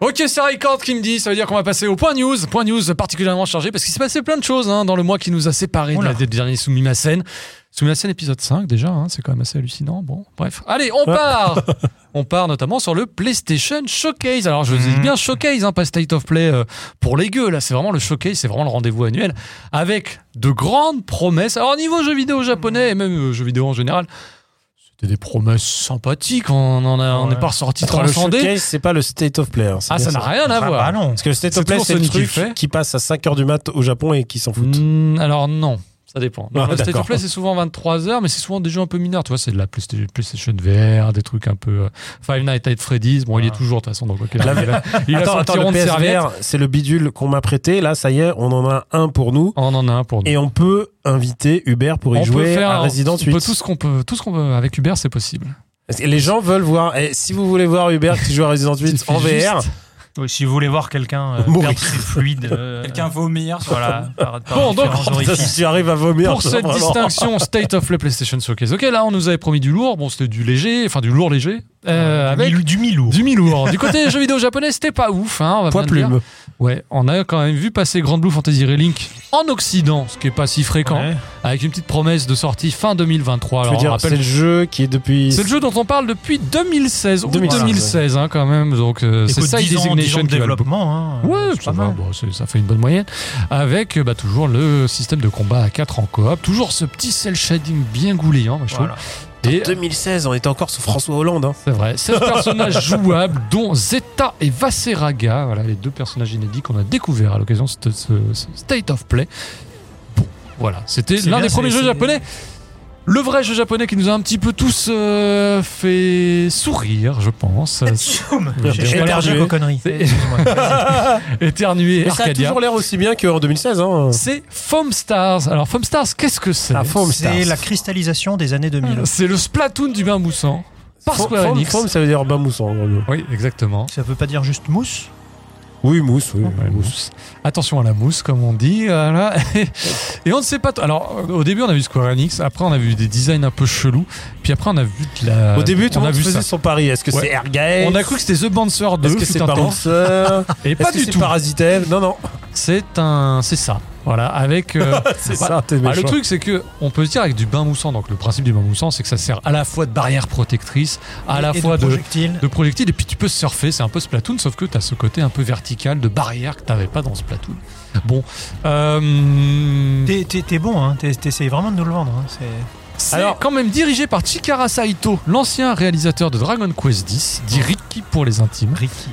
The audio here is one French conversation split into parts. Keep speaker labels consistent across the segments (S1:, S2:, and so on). S1: Ok, c'est Record qui me dit, ça veut dire qu'on va passer au point news. Point news particulièrement chargé parce qu'il s'est passé plein de choses hein, dans le mois qui nous a séparés de
S2: Oula.
S1: la- des derniers Soumimasen. Soumimasen épisode 5 déjà, hein, c'est quand même assez hallucinant. Bon, bref. Allez, on part On part notamment sur le PlayStation Showcase. Alors je
S3: Mhm.
S1: vous dis bien Showcase, hein, pas State of Play euh, pour les gueux. Là, c'est vraiment le Showcase, c'est vraiment le rendez-vous annuel avec de grandes promesses. Alors niveau jeux vidéo japonais et même euh, jeux vidéo en général, c'était des promesses sympathiques. On en a- on n'est
S2: Ouais.
S1: pas ressorti
S3: Attends, le
S1: transcendé.
S3: showcase, c'est pas le state of play. hein, c'est
S1: Ah,
S3: bien
S1: ça n'a rien à
S2: Ah,
S1: voir.
S2: bah non.
S3: Parce que le state
S1: C'est
S3: of play,
S1: toujours
S3: c'est le
S1: Sony qui
S3: truc
S1: fait.
S3: qui, passe à 5h du mat au Japon et qui s'en fout.
S1: Mm, alors non, ça dépend. Non,
S3: Ah,
S1: le State of
S3: d'accord.
S1: Play c'est souvent 23h, mais c'est souvent des jeux un peu mineurs. Tu vois, c'est de la Playsta- PlayStation VR, des trucs un peu euh, Five Nights at Freddy's. Bon, il y est toujours de toute façon. Donc, ok,
S3: Ah. La-
S1: il a, il a son
S3: attends, attends,
S1: petit rond
S3: le
S1: de serviette.
S3: PSVR, c'est le bidule qu'on m'a prêté. Là, ça y est, on en a un pour nous.
S1: On en a un pour nous.
S3: Et on peut inviter Hubert pour y
S1: on
S3: jouer à
S1: on
S3: Resident
S1: peut
S3: 8.
S1: tout ce qu'on peut, tout ce qu'on veut avec Uber, c'est possible.
S3: Parce que Les gens veulent voir. Et si vous voulez voir Hubert qui joue à Resident
S1: Il
S3: 8
S1: suffit
S3: en VR,
S1: juste-
S2: Oui, bah, si vous voulez voir quelqu'un euh,
S3: Mourir.
S2: perdre ses fluides, euh,
S4: Quelqu'un vomir sur
S2: voilà, par, par
S1: Bon, donc,
S2: différents
S3: si
S2: orifices.
S3: tu arrives à vomir.
S1: Pour
S3: ça,
S1: cette
S3: vraiment.
S1: distinction State of Play PlayStation Showcase. Ok, là on nous avait promis du lourd. Bon, c'était du léger, enfin du lourd léger. euh, avec
S2: Milou- du milou.
S1: du mi-lourd. Du côté jeux vidéo japonais, c'était pas ouf. Hein, on va
S3: Poids
S1: bien le dire.
S3: plume.
S1: Ouais, on a quand même vu passer Grand Blue Fantasy Relink en Occident, ce qui est pas si fréquent,
S2: Ouais.
S1: avec une petite promesse de sortie fin 2023.
S3: Je
S1: Alors,
S3: veux
S1: on
S3: dire,
S1: rappelle-
S3: c'est le jeu qui est depuis.
S1: c'est le jeu dont on parle depuis 2016, août
S3: 2016,
S1: 2016 hein, quand même, donc euh, c'est
S2: Écoute,
S1: ça
S2: 10 ans, 10 ans
S1: Designation
S2: de
S1: qui va le beaucoup.
S2: développement. Hein,
S1: Ouais,
S2: c'est
S1: ça,
S2: pas
S1: va,
S2: mal.
S1: bon, c'est- ça fait une bonne moyenne. Avec euh, bah, toujours le système de combat à 4 en coop, toujours ce petit cel shading bien gouléant, moi, je
S2: Voilà.
S1: trouve. Et
S3: 2016, on était encore sous François Hollande. hein.
S1: C'est vrai. 16 personnages jouables, dont Zeta et Vaseraga. Voilà, les deux personnages inédits qu'on a découverts à l'occasion de ce, ce- ce State of Play. Bon, voilà. C'était
S2: C'est
S1: l'un
S2: bien,
S1: des
S2: c'est-
S1: premiers jeux
S2: c'est-
S1: japonais. Le vrai jeu japonais qui nous a un petit peu tous euh, fait sourire, je pense.
S2: Tchoum
S1: J'ai-
S2: J'ai
S1: j'ai
S2: j'ai allergique
S3: éternué.
S2: aux conneries.
S1: C'est-
S2: Excuse-moi.
S1: Éternué,
S3: Mais ça a
S1: Arcadia.
S3: toujours l'air aussi bien qu'en 2016. Hein.
S1: C'est Foam Stars. Alors, Foam Stars, qu'est-ce que c'est
S3: Ah, Foam Stars.
S2: C'est la cristallisation des années 2000.
S1: C'est le Splatoon du bain moussant. Par
S3: Fo-
S1: Square
S3: foam-
S1: Enix.
S3: foam, ça veut dire bain moussant. en gros.
S1: Oui, exactement.
S2: Ça veut pas dire juste mousse
S3: Oui, mousse. Oui,
S1: Ouais,
S3: mousse.
S1: mousse. Attention à la mousse, comme on dit. voilà. Et on ne sait pas. t- Alors, au début, on a vu Square Enix. Après, on a vu des designs un peu chelous. Puis après, on a vu de la.
S3: Au début, tout
S1: on
S3: le
S1: a
S3: monde
S1: vu ça.
S3: faisait son pari. Est-ce que
S1: Ouais.
S3: c'est Airgate
S1: On a cru que c'était The Bouncer 2.
S3: Est-ce que
S1: fut
S3: c'est
S1: un temps.
S3: Bouncer
S1: Et
S3: Est-ce
S1: pas
S3: que
S1: du
S3: c'est
S1: tout.
S3: Parasitaire Non, non.
S1: C'est un. C'est ça. Voilà. Avec. euh,
S3: C'est
S1: bah,
S3: ça, Ah, t'es
S1: bah,
S3: méchant.
S1: le truc, c'est que on peut se dire avec du bain moussant. Donc, le principe du bain moussant, c'est que ça sert à la fois de barrière protectrice, à la
S2: et
S1: fois
S2: de
S1: de,
S2: projectiles.
S1: de projectiles et puis tu peux surfer, c'est un peu Splatoon, sauf que tu as ce côté un peu vertical de barrière que t'avais pas dans Splatoon. Bon, euh,
S2: T'es- T'es t'es bon, hein. t'es- t'essayes vraiment de nous le vendre. hein. C'est-
S1: c'est
S3: Alors-
S1: quand même dirigé par Chikara Saito, l'ancien réalisateur de Dragon Quest X, dit Ricky pour les intimes.
S2: Ricky.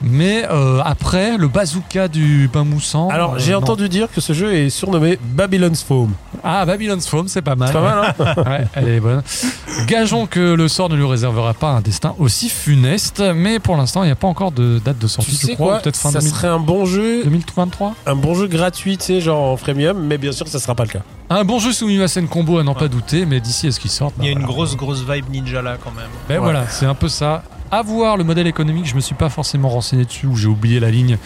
S1: Mais euh, après, le bazooka du bain moussant.
S3: Alors,
S1: euh,
S3: j'ai
S1: non.
S3: entendu dire que ce jeu est surnommé Babylon's Foam.
S1: Ah, Babylon's Foam, c'est pas mal.
S3: C'est pas mal, hein
S1: Ouais, elle est bonne. Gageons que le sort ne lui réservera pas un destin aussi funeste, mais pour l'instant, il n'y a pas encore de date de sortie, je crois, peut-être fin
S3: Ça
S1: 2000
S3: serait un bon jeu,
S1: 2023.
S3: un bon jeu gratuit, tu sais, genre en freemium, mais bien sûr, ça sera pas le cas.
S1: Un bon jeu sous Mimasen Combo à n'en pas douter, mais d'ici à ce qu'il sorte.
S2: Il y a
S1: bah
S2: une
S1: voilà.
S2: grosse, grosse vibe ninja là quand même.
S1: Ben voilà, c'est un peu ça. À voir le modèle économique, je me suis pas forcément renseigné dessus ou j'ai oublié la ligne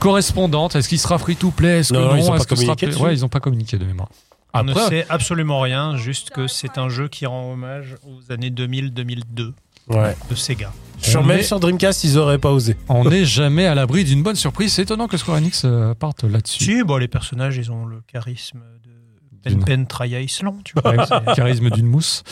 S1: correspondante. Est-ce qu'il sera free to play Est-ce que
S3: Non,
S1: non,
S3: ils ont
S1: Est-ce
S3: pas
S1: que ce sera
S3: communiqué
S1: play-
S3: dessus.
S1: Ouais, ils ont pas communiqué de mémoire.
S2: On ne
S1: Après,
S2: sait absolument rien, juste que c'est un jeu qui rend hommage aux années 2000-2002
S3: Ouais.
S2: de Sega.
S3: Sur,
S1: On
S3: même
S1: est-
S3: sur Dreamcast, ils auraient pas osé.
S1: on n'est jamais à l'abri d'une bonne surprise. C'est étonnant que Square Enix euh, parte là-dessus.
S2: Si, bon, les personnages, ils ont le charisme de Pen
S1: D'une-
S2: Pen Traya Island, tu vois.
S1: Ouais, c'est- charisme d'une mousse.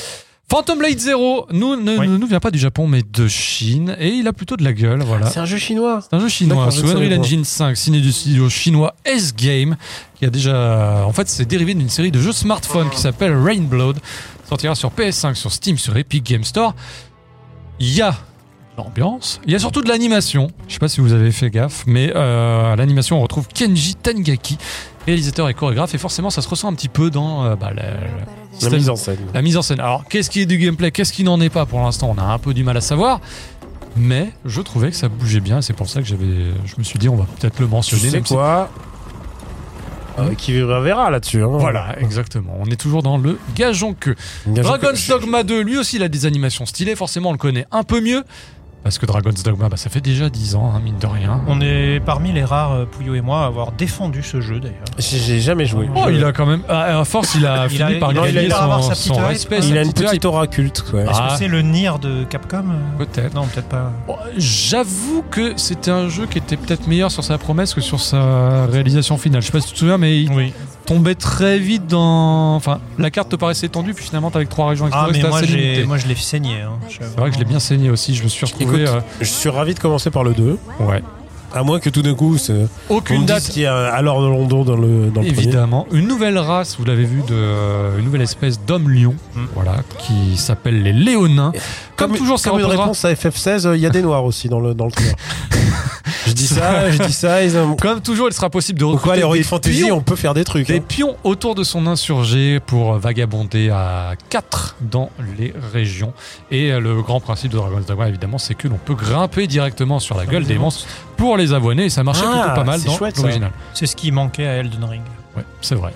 S1: Phantom Blade Zero nous, ne
S2: Oui.
S1: ne nous vient pas du Japon mais de Chine et il a plutôt de la gueule. Voilà.
S3: C'est un jeu chinois.
S1: C'est un jeu chinois,
S3: D'accord, je
S1: sous
S3: ne savais
S1: Unreal
S3: pas.
S1: Engine 5, signé du studio chinois S-Game, qui a déjà. euh, En fait, c'est dérivé d'une série de jeux smartphone qui s'appelle Rainblood. Sortira sur PS5, sur Steam, sur Epic Game Store. Il y a de l'ambiance, il y a surtout de l'animation. Je sais pas si vous avez fait gaffe, mais euh, à l'animation, on retrouve Kenji Tengaki, réalisateur et chorégraphe, et forcément, ça se ressent un petit peu dans euh, bah, la-
S3: La
S1: C'est-
S3: mise en scène.
S1: la mise en scène. Alors, qu'est-ce qui est du gameplay Qu'est-ce qui n'en est pas Pour l'instant, on a un peu du mal à savoir. Mais je trouvais que ça bougeait bien. C'est pour ça que j'avais, je me suis dit, on va peut-être le
S3: Tu
S1: mentionner.
S3: sais
S1: même si-
S3: quoi Euh, Qui verra là-dessus. hein.
S1: Voilà, exactement. On est toujours dans le gageon que.
S3: Bien sûr que-
S1: Dragon's Dogma 2, lui aussi, il a des animations stylées. Forcément, on le connaît un peu mieux. Parce que Dragon's Dogma, bah, ça fait déjà 10 ans, hein, mine de rien.
S2: On est parmi les rares, euh, Pouillot et moi, à avoir défendu ce jeu d'ailleurs.
S3: J'ai j'ai jamais joué.
S1: Oh, il a quand même. À à force, il a
S2: Il
S1: fini
S2: a-
S1: par
S2: il a- il
S1: gagner
S2: a avoir
S1: son,
S2: sa
S1: son
S2: petite hype,
S1: respect.
S2: hein.
S1: sa
S3: Il a une
S1: petite hype.
S3: petite aura culte. ouais.
S1: Ah.
S2: Est-ce que c'est le Nier de Capcom euh
S1: Peut-être.
S2: Non, peut-être pas.
S1: Bon, J'avoue que c'était un jeu qui était peut-être meilleur sur sa promesse que sur sa réalisation finale. Je sais pas si tu te souviens, mais il
S2: Oui.
S1: tombait très vite dans. Enfin, la carte te paraissait étendue, puis finalement, avec trois régions
S2: Ah,
S1: explorées,
S2: mais
S1: c'était
S2: moi,
S1: assez
S2: j'ai-
S1: limité.
S2: moi je l'ai saigné. hein.
S1: C'est vrai que je l'ai bien saigné aussi, je me suis retrouvé.
S3: Écoute,
S1: euh,
S3: Je suis ravi de commencer par le 2.
S1: ouais.
S3: À moins que tout d'un coup, c'est- on
S1: Aucune
S3: me dise
S1: date
S3: qu'il y a alors de London dans le, dans le premier.
S1: Évidemment, une nouvelle race, vous l'avez vu, de, euh, une nouvelle espèce d'homme-lion,
S2: Mm.
S1: voilà, qui s'appelle les Léonins. Comme, toujours, ça
S3: Hmm. comme une
S1: reposera-
S3: réponse à FF16, euh, il y a des noirs aussi dans le dans le trailer. je dis ça, je dis ça. Ils ont...
S1: Comme toujours, il sera possible de
S3: Pourquoi
S1: recruter
S3: les
S1: des
S3: Heroic Fantasy,
S1: pions,
S3: on peut faire des trucs.
S1: des
S3: hein.
S1: pions autour de son insurgé pour vagabonder à 4 dans les régions. Et euh, le grand principe de Dragon's Dogma, évidemment, c'est que l'on peut grimper directement sur la gueule des monstres pour les avoiner. Et ça marchait
S3: Ah,
S1: plutôt pas mal
S3: c'est
S1: dans
S3: chouette, ça.
S1: l'original.
S2: C'est ce qui manquait à Elden Ring.
S1: Ouais, c'est vrai.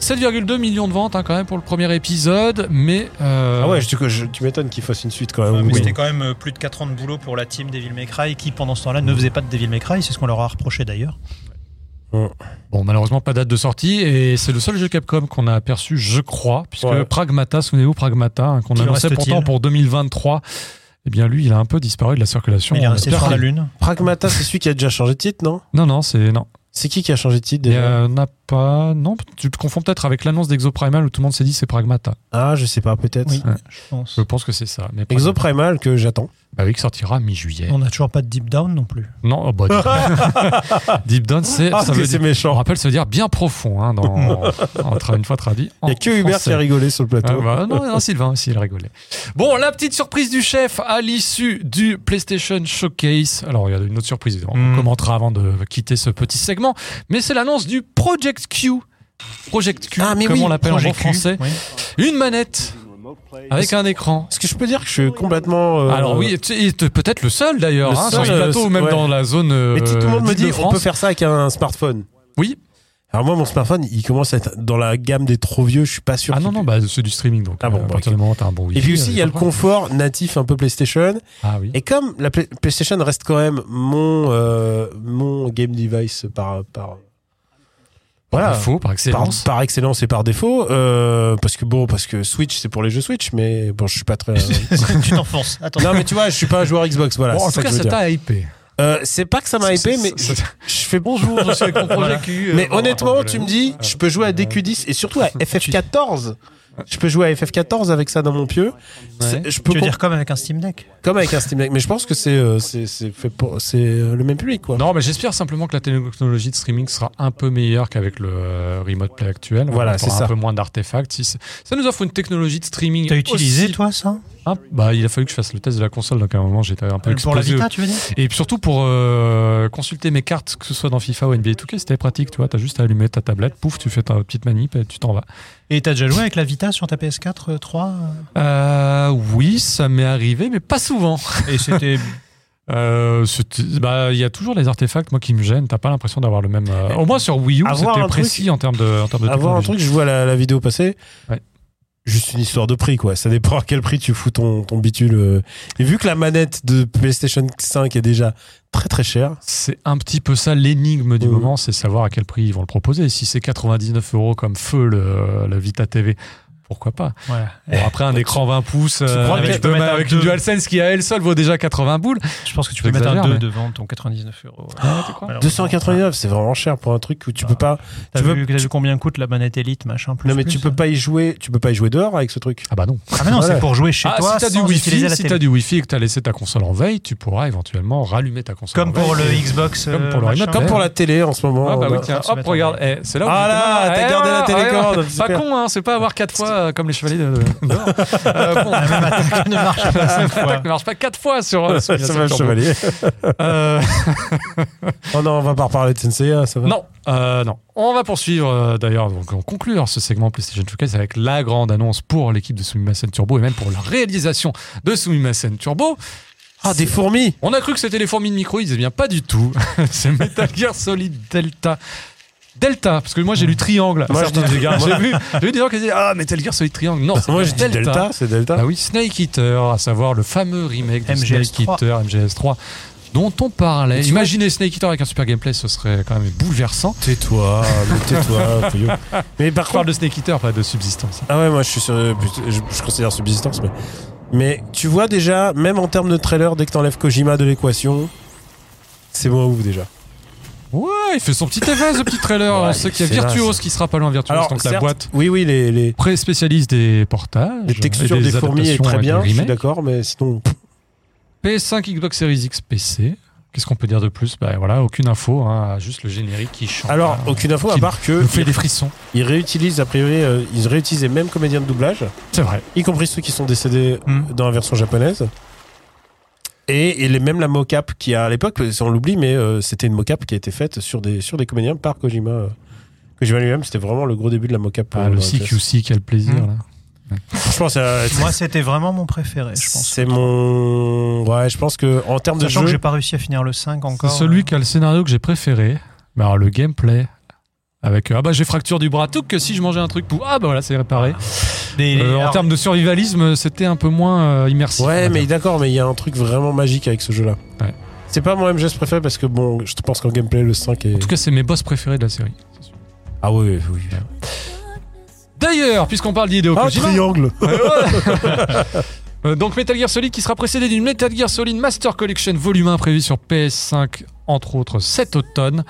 S1: 7,2 millions de ventes hein, quand même pour le premier épisode, mais... euh,
S3: Ah ouais, je- tu, je- tu m'étonnes qu'ils fassent une suite quand
S1: Ah
S2: Ouais,
S3: même.
S2: mais
S3: Oui.
S2: c'était quand même euh, plus de 4 ans de boulot pour la team Devil May Cry qui pendant ce temps-là ne faisait pas de Devil May Cry, c'est ce qu'on leur a reproché d'ailleurs.
S1: Bon, malheureusement, pas date de sortie, et c'est le seul jeu Capcom qu'on a aperçu, je crois, puisque
S3: Ouais.
S1: Pragmata, souvenez-vous, Pragmata, hein, qu'on
S2: Qu'il
S1: annonçait
S2: reste-t-il
S1: pourtant pour 2023, eh bien lui, il a un peu disparu de la circulation.
S2: Mais il est resté
S1: Euh,
S2: sur la lune.
S3: Pragmata, c'est celui qui a déjà changé de titre, non
S1: Non, non, c'est. Non.
S3: C'est qui qui a changé de titre
S1: Il n'y
S3: déjà
S1: en a pas. Non, tu te confonds peut-être avec l'annonce d'Exoprimal où tout le monde s'est dit c'est Pragmata.
S3: Ah, je sais pas, peut-être.
S2: Oui,
S1: Ouais.
S2: je pense.
S1: Je pense que c'est ça. Mais Pragmata-
S3: Exoprimal que j'attends.
S1: Bah oui, qui sortira mi-juillet.
S2: On n'a toujours pas de Deep Down non plus.
S1: Non, oh, bah, Deep- Deep Down, c'est.
S3: Ah,
S1: ça
S3: que
S1: veut
S3: c'est
S1: dire. On
S3: méchant.
S1: rappelle, ça veut dire bien profond, hein, dans, en tra- une fois traduit.
S3: Il y a que Hubert qui a rigolé sur le
S1: Ah
S3: plateau.
S1: bah, non, non, Sylvain aussi, il rigolait. Bon, la petite surprise du chef à l'issue du PlayStation Showcase. Alors, il y a une autre surprise, évidemment. on
S3: Hmm.
S2: Mm.
S1: commentera avant de quitter ce petit segment. Mais c'est l'annonce du Project Q. Project Q,
S3: Ah, mais
S1: comme
S3: oui,
S1: on l'appelle en bon
S2: Projet Q,
S1: français.
S2: oui.
S1: Une manette avec un écran.
S3: Est-ce que je peux dire que je suis complètement. euh,
S1: Alors oui, tu- et t- peut-être le seul d'ailleurs,
S3: Le
S1: hein, sur
S3: seul,
S1: ce
S3: euh,
S1: plateau ou même
S3: ouais.
S1: dans la zone. euh,
S3: Mais tout le monde me dit, on
S1: France.
S3: peut faire ça avec un smartphone.
S1: Oui.
S3: Alors moi, mon smartphone, il commence à être dans la gamme des trop vieux, je suis pas sûr.
S1: Ah
S3: qu'il
S1: non non, bah, euh, c'est du streaming donc.
S3: Ah bon,
S1: euh, à
S3: bah,
S1: partir
S3: ok.
S1: du moment où t'as un bon
S3: Et puis aussi, il y a le
S1: con.
S3: confort natif un peu PlayStation.
S1: Ah oui.
S3: Et comme la Play- PlayStation reste quand même mon, euh, mon game device par. par voilà.
S1: Il faut par
S3: Par,
S1: excellence.
S3: par excellence et par défaut, euh, parce que bon, parce que Switch c'est pour les jeux Switch, mais bon, je suis pas très.
S2: tu t'enfonces. Attends.
S3: non, mais tu vois, je suis pas un joueur Xbox, voilà.
S1: Bon,
S3: c'est
S1: en tout
S3: ça que
S1: cas,
S3: je veux
S1: ça
S3: dire.
S1: t'a hypé.
S3: Euh, c'est pas que ça m'a hypé, mais je, je fais bonjour.
S1: je suis avec mon projet Q. euh,
S3: Mais honnêtement, tu me dis, je peux jouer à DQ10 et surtout à FF14. Je peux jouer à FF14 avec ça dans mon pieu. C'est- Je peux
S2: tu veux
S3: com-
S2: dire comme avec un Steam Deck
S3: comme avec un Steam Deck, mais je pense que c'est euh, c'est c'est fait pour c'est euh, le même public quoi.
S1: Non, mais j'espère simplement que la technologie de streaming sera un peu meilleure qu'avec le euh, remote play actuel.
S3: Voilà,
S1: On
S3: c'est
S1: aura
S3: ça.
S1: Un peu moins d'artefacts. Si c'est- ça nous offre une technologie de streaming.
S2: T'as utilisé
S1: aussi-
S2: toi ça
S1: Ah, Bah, il a fallu que je fasse le test de la console, donc à un moment j'étais un peu
S2: Euh, Pour la
S1: explosé.
S2: Vita, tu veux dire
S1: Et puis surtout pour euh, consulter mes cartes, que ce soit dans FIFA ou NBA 2K, c'était pratique. Tu vois, t'as juste à allumer ta tablette, pouf, tu fais ta petite manip et tu t'en vas.
S2: Et t'as déjà joué avec la Vita sur ta PS4 euh, 3 euh
S1: Euh, oui, ça m'est arrivé, mais pas souvent.
S2: Et c'était.
S1: Euh, c'était- bah, il y a toujours les artefacts, moi, qui me gênent. T'as pas l'impression d'avoir le même. euh, Au moins sur Wii U,
S3: Avoir
S1: c'était
S3: un
S1: précis
S3: truc-
S1: en termes de, en termes de
S3: Avoir un
S1: technologie.
S3: truc, je vois la, la vidéo passer.
S1: Ouais.
S3: Juste une histoire de prix quoi. Ça dépend à quel prix tu fous ton ton bitule. euh. Et vu que la manette de PlayStation 5 est déjà très très chère.
S1: C'est un petit peu ça l'énigme du
S3: Mhm.
S1: moment, c'est savoir à quel prix ils vont le proposer. Si c'est 99 euros comme feu le, le Vita TV. Pourquoi pas
S2: Voilà.
S1: Bon, après un écran 20 pouces euh,
S3: crois que
S1: avec,
S3: Eh, tu
S2: peux
S1: deux-
S2: mettre un
S1: avec une
S2: deux.
S1: DualSense qui à elle seule vaut déjà 80 boules.
S2: Je pense que tu peux mettre
S1: J'exagère,
S2: un 2
S1: mais- Ah.
S2: devant ton 99 euros.
S3: Ah,
S2: Malheureusement. Ah,
S3: 289, c'est vraiment cher pour un truc où tu peux pas
S2: T'as
S3: tu veux-
S2: vu, t'as vu combien coûte la manette Elite, machin plus,
S3: Non mais
S2: plus,
S3: tu peux
S2: hein.
S3: pas y jouer, tu peux pas y jouer dehors avec ce truc.
S1: Ah bah non.
S2: Ah mais non,
S3: Voilà.
S2: c'est pour jouer chez
S1: Ah,
S2: toi
S1: si t'as du
S2: sans utiliser
S1: Wi-Fi,
S2: la
S1: si
S2: télé.
S1: t'as du Wi-Fi et que t'as laissé ta console en veille, tu pourras éventuellement rallumer ta console. en
S2: Comme pour
S1: veille.
S2: le Xbox.
S1: Comme
S2: euh,
S1: pour le
S2: machin.
S1: remote,
S3: Comme pour la télé en ce moment.
S1: Ah bah
S3: on
S1: oui,
S3: a-
S1: tiens,
S2: se
S1: hop,
S2: mettre en
S1: regarde, eh, c'est là où.
S3: Ah là,
S1: Eh,
S3: t'as gardé la
S1: ouais,
S3: télécommande,
S1: ouais, ouais. Pas
S3: super.
S1: con, hein, c'est pas avoir quatre fois euh, comme les chevaliers de. de- dehors. Euh, bon,
S2: La Ah, même attaque ne marche pas cinq fois.
S1: attaque ne marche pas quatre fois sur. euh, sur
S3: ça va,
S1: sur-
S3: chevalier.
S1: Euh,
S3: Oh non, on va pas reparler de Sensei, ça va.
S1: Non, euh, non. On va poursuivre euh, d'ailleurs, donc on conclure ce segment PlayStation Showcase avec la grande annonce pour l'équipe de Sumimasen Turbo et même pour la réalisation de Sumimasen Turbo.
S3: Ah, des fourmis
S1: On a cru que c'était les fourmis de micro, ils eh bien pas du tout. C'est Metal Gear Solid Delta Delta, parce que moi j'ai lu Triangle.
S3: Moi, je dis
S1: Certains-
S3: Delta.
S1: j'ai vu, j'ai vu des gens qui disaient Ah, Metal Gear Solid Triangle. Non, c'est
S3: Moi,
S1: pas
S3: je dis Delta, c'est Delta.
S1: Ah oui, Snake Eater, à savoir le fameux remake de
S2: MGS3.
S1: Snake Eater, MGS3, dont on parlait.
S3: Et tu
S1: Imaginez Snake Eater avec un super gameplay, ce serait quand même bouleversant.
S3: Tais-toi, mais tais-toi, Fouillot. Mais par
S1: On
S3: contre,
S1: parle de Snake Eater, pas de subsistance.
S3: ah ouais, moi je suis sur, je, je considère subsistance, mais mais tu vois déjà, même en termes de trailer, dès que t'enlèves Kojima de l'équation, c'est moins ouf déjà.
S1: Ouais, il fait son petit effet, ce petit trailer.
S3: Ouais,
S1: on sait qu'il y a
S3: c'est là,
S1: Virtuos qui sera pas loin, Virtuos, donc la
S3: certes,
S1: boîte.
S3: oui, oui, les, les,
S1: Pré-spécialiste des portages.
S3: les textures
S1: et
S3: des, fourmis est
S1: adaptations
S3: très
S1: avec
S3: bien,
S1: les
S3: je suis
S1: remakes.
S3: d'accord, mais sinon, pff,
S1: PS5, Xbox Series X, PC. Qu'est-ce qu'on peut dire de plus Bah voilà, aucune info, hein, juste le générique qui chante.
S3: alors
S1: hein,
S3: aucune info à
S1: qui
S3: part que
S1: nous fait des frissons.
S3: ils réutilisent a priori, euh, ils réutilisent les mêmes comédiens de doublage,
S1: C'est vrai.
S3: y compris ceux qui sont décédés
S2: Hmm.
S3: dans la version japonaise. Et, et les- même la mocap qui a à l'époque, on l'oublie, mais euh, c'était une mocap qui a été faite sur des, sur des comédiens par Kojima. euh. Kojima lui-même, c'était vraiment le gros début de la mocap.
S1: Ah,
S3: euh,
S1: le
S3: dans la classe.
S1: CQC, quel plaisir
S2: Mm.
S3: Mmh.
S1: là.
S3: Franchement, ça-
S2: Moi, c'était vraiment mon préféré, je pense.
S3: c'est mon. Ouais, je pense que en termes de
S2: Sachant que j'ai
S3: jeu.
S2: pas réussi à finir le 5
S1: C'est
S2: encore. euh,
S1: celui
S3: euh,
S1: qui a le scénario que j'ai préféré. Mais alors le gameplay. Avec euh, ah bah j'ai fracture du bras tout que si je mangeais un truc pour ah bah voilà c'est réparé.
S2: Des-
S1: Euh, en
S2: alors,
S1: termes de survivalisme c'était un peu moins euh, immersif. on
S3: Ouais,
S1: va
S3: mais
S1: dire.
S3: d'accord, mais il y a un truc vraiment magique avec ce jeu-là.
S1: Ouais.
S3: C'est pas mon MGS préféré parce que bon, je pense qu'en gameplay, le 5 est.
S1: en tout cas c'est mes boss préférés de la série.
S3: Ah oui, oui.
S1: D'ailleurs puisqu'on parle d'Hideo
S3: Ah,
S1: Kojima,
S3: triangle
S1: Euh, donc Metal Gear Solid qui sera précédé d'une Metal Gear Solid Master Collection volume 1 prévue sur PS5 entre autres cet automne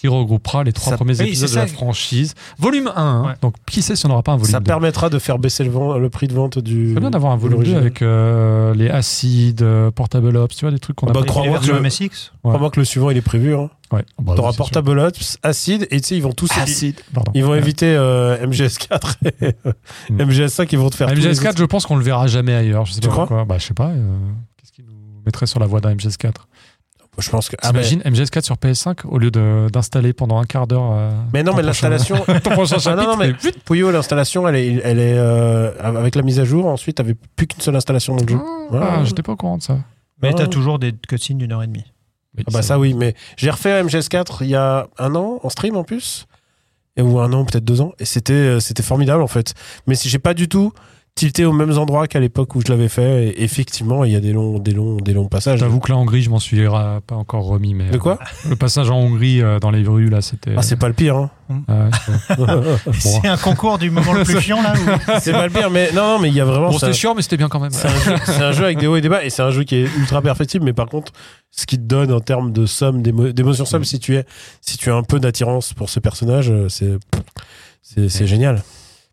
S1: qui regroupera les trois
S3: Ça-
S1: premiers
S2: oui,
S1: épisodes
S2: c'est
S1: de la
S2: ça.
S1: franchise. Volume 1, hein.
S2: Ouais.
S1: donc qui sait si on n'aura pas un volume
S3: Ça
S1: 2.
S3: permettra de faire baisser le, vent- le prix de vente du.
S1: C'est bien d'avoir un
S3: de
S1: volume 2
S3: l'original.
S1: avec euh, les acides, euh, portable ops, tu vois, des trucs qu'on
S3: Ah
S1: a
S3: bah,
S1: pas-
S2: les
S3: crois-moi
S2: versions
S3: que-
S2: MSX.
S3: Crois-moi que le suivant, il est prévu. Hein.
S1: Ouais. Bah, oui,
S3: T'auras
S1: c'est sûr.
S3: Portable Ops, Acide, et tu sais, ils vont tous.
S1: Acide, pardon.
S3: Ils vont
S1: Ouais.
S3: éviter euh, MGS4 et euh,
S1: Mm.
S3: MGS5, ils vont te faire tous les
S1: MGS4,
S3: autres.
S1: je pense qu'on le verra jamais ailleurs. Je sais
S3: Tu
S1: pas
S3: crois
S1: pourquoi. Bah, je sais pas. euh, Qu'est-ce qui nous mettrait sur la voie d'un MGS4
S3: Je pense que. ah, mais-
S1: T'imagines MGS4 sur PS5 au lieu de- d'installer pendant un quart d'heure. euh,
S3: mais non,
S1: ton
S3: mais
S1: prochain-
S3: l'installation.
S1: ton prochain
S3: Ah, non,
S1: chapitre,
S3: non, mais
S1: mais vite.
S3: Puyo, l'installation, elle est, elle est euh, avec la mise à jour. Ensuite, t'avais plus qu'une seule installation dans le jeu.
S1: Ah,
S3: Ouais.
S1: J'étais pas au courant de ça.
S2: Mais
S3: Ah.
S2: t'as toujours des cutscenes d'une heure et demie.
S1: Mais
S3: Ah bah ça oui, mais j'ai refait MGS4 il y a un an en stream en plus, et ou un an peut-être deux ans, et c'était euh, c'était formidable en fait. Mais si j'ai pas du tout tilté aux mêmes endroits qu'à l'époque où je l'avais fait, et effectivement il y a des longs des longs des longs passages.
S1: J'avoue que la Hongrie, je m'en suis euh, pas encore remis. Mais
S3: De quoi
S1: euh, Le passage en Hongrie euh, dans les rues, là, c'était.
S3: Ah c'est pas le pire, hein.
S1: Ah ouais, c'est- Bon.
S2: C'est un concours du moment le plus chiant là. où-
S3: c'est pas le pire, mais non non mais il y a vraiment
S1: Bon,
S3: ça-
S1: c'était chiant, mais c'était bien quand même.
S3: c'est un, jeu- c'est un jeu avec des hauts et des bas, et c'est un jeu qui est ultra perfectible, mais par contre ce qui te donne en termes de somme d'émo- d'émotion
S1: Mm.
S3: somme, si tu es si tu as un peu d'attirance pour ce personnage, euh, c'est c'est c'est
S1: Ouais.
S3: génial.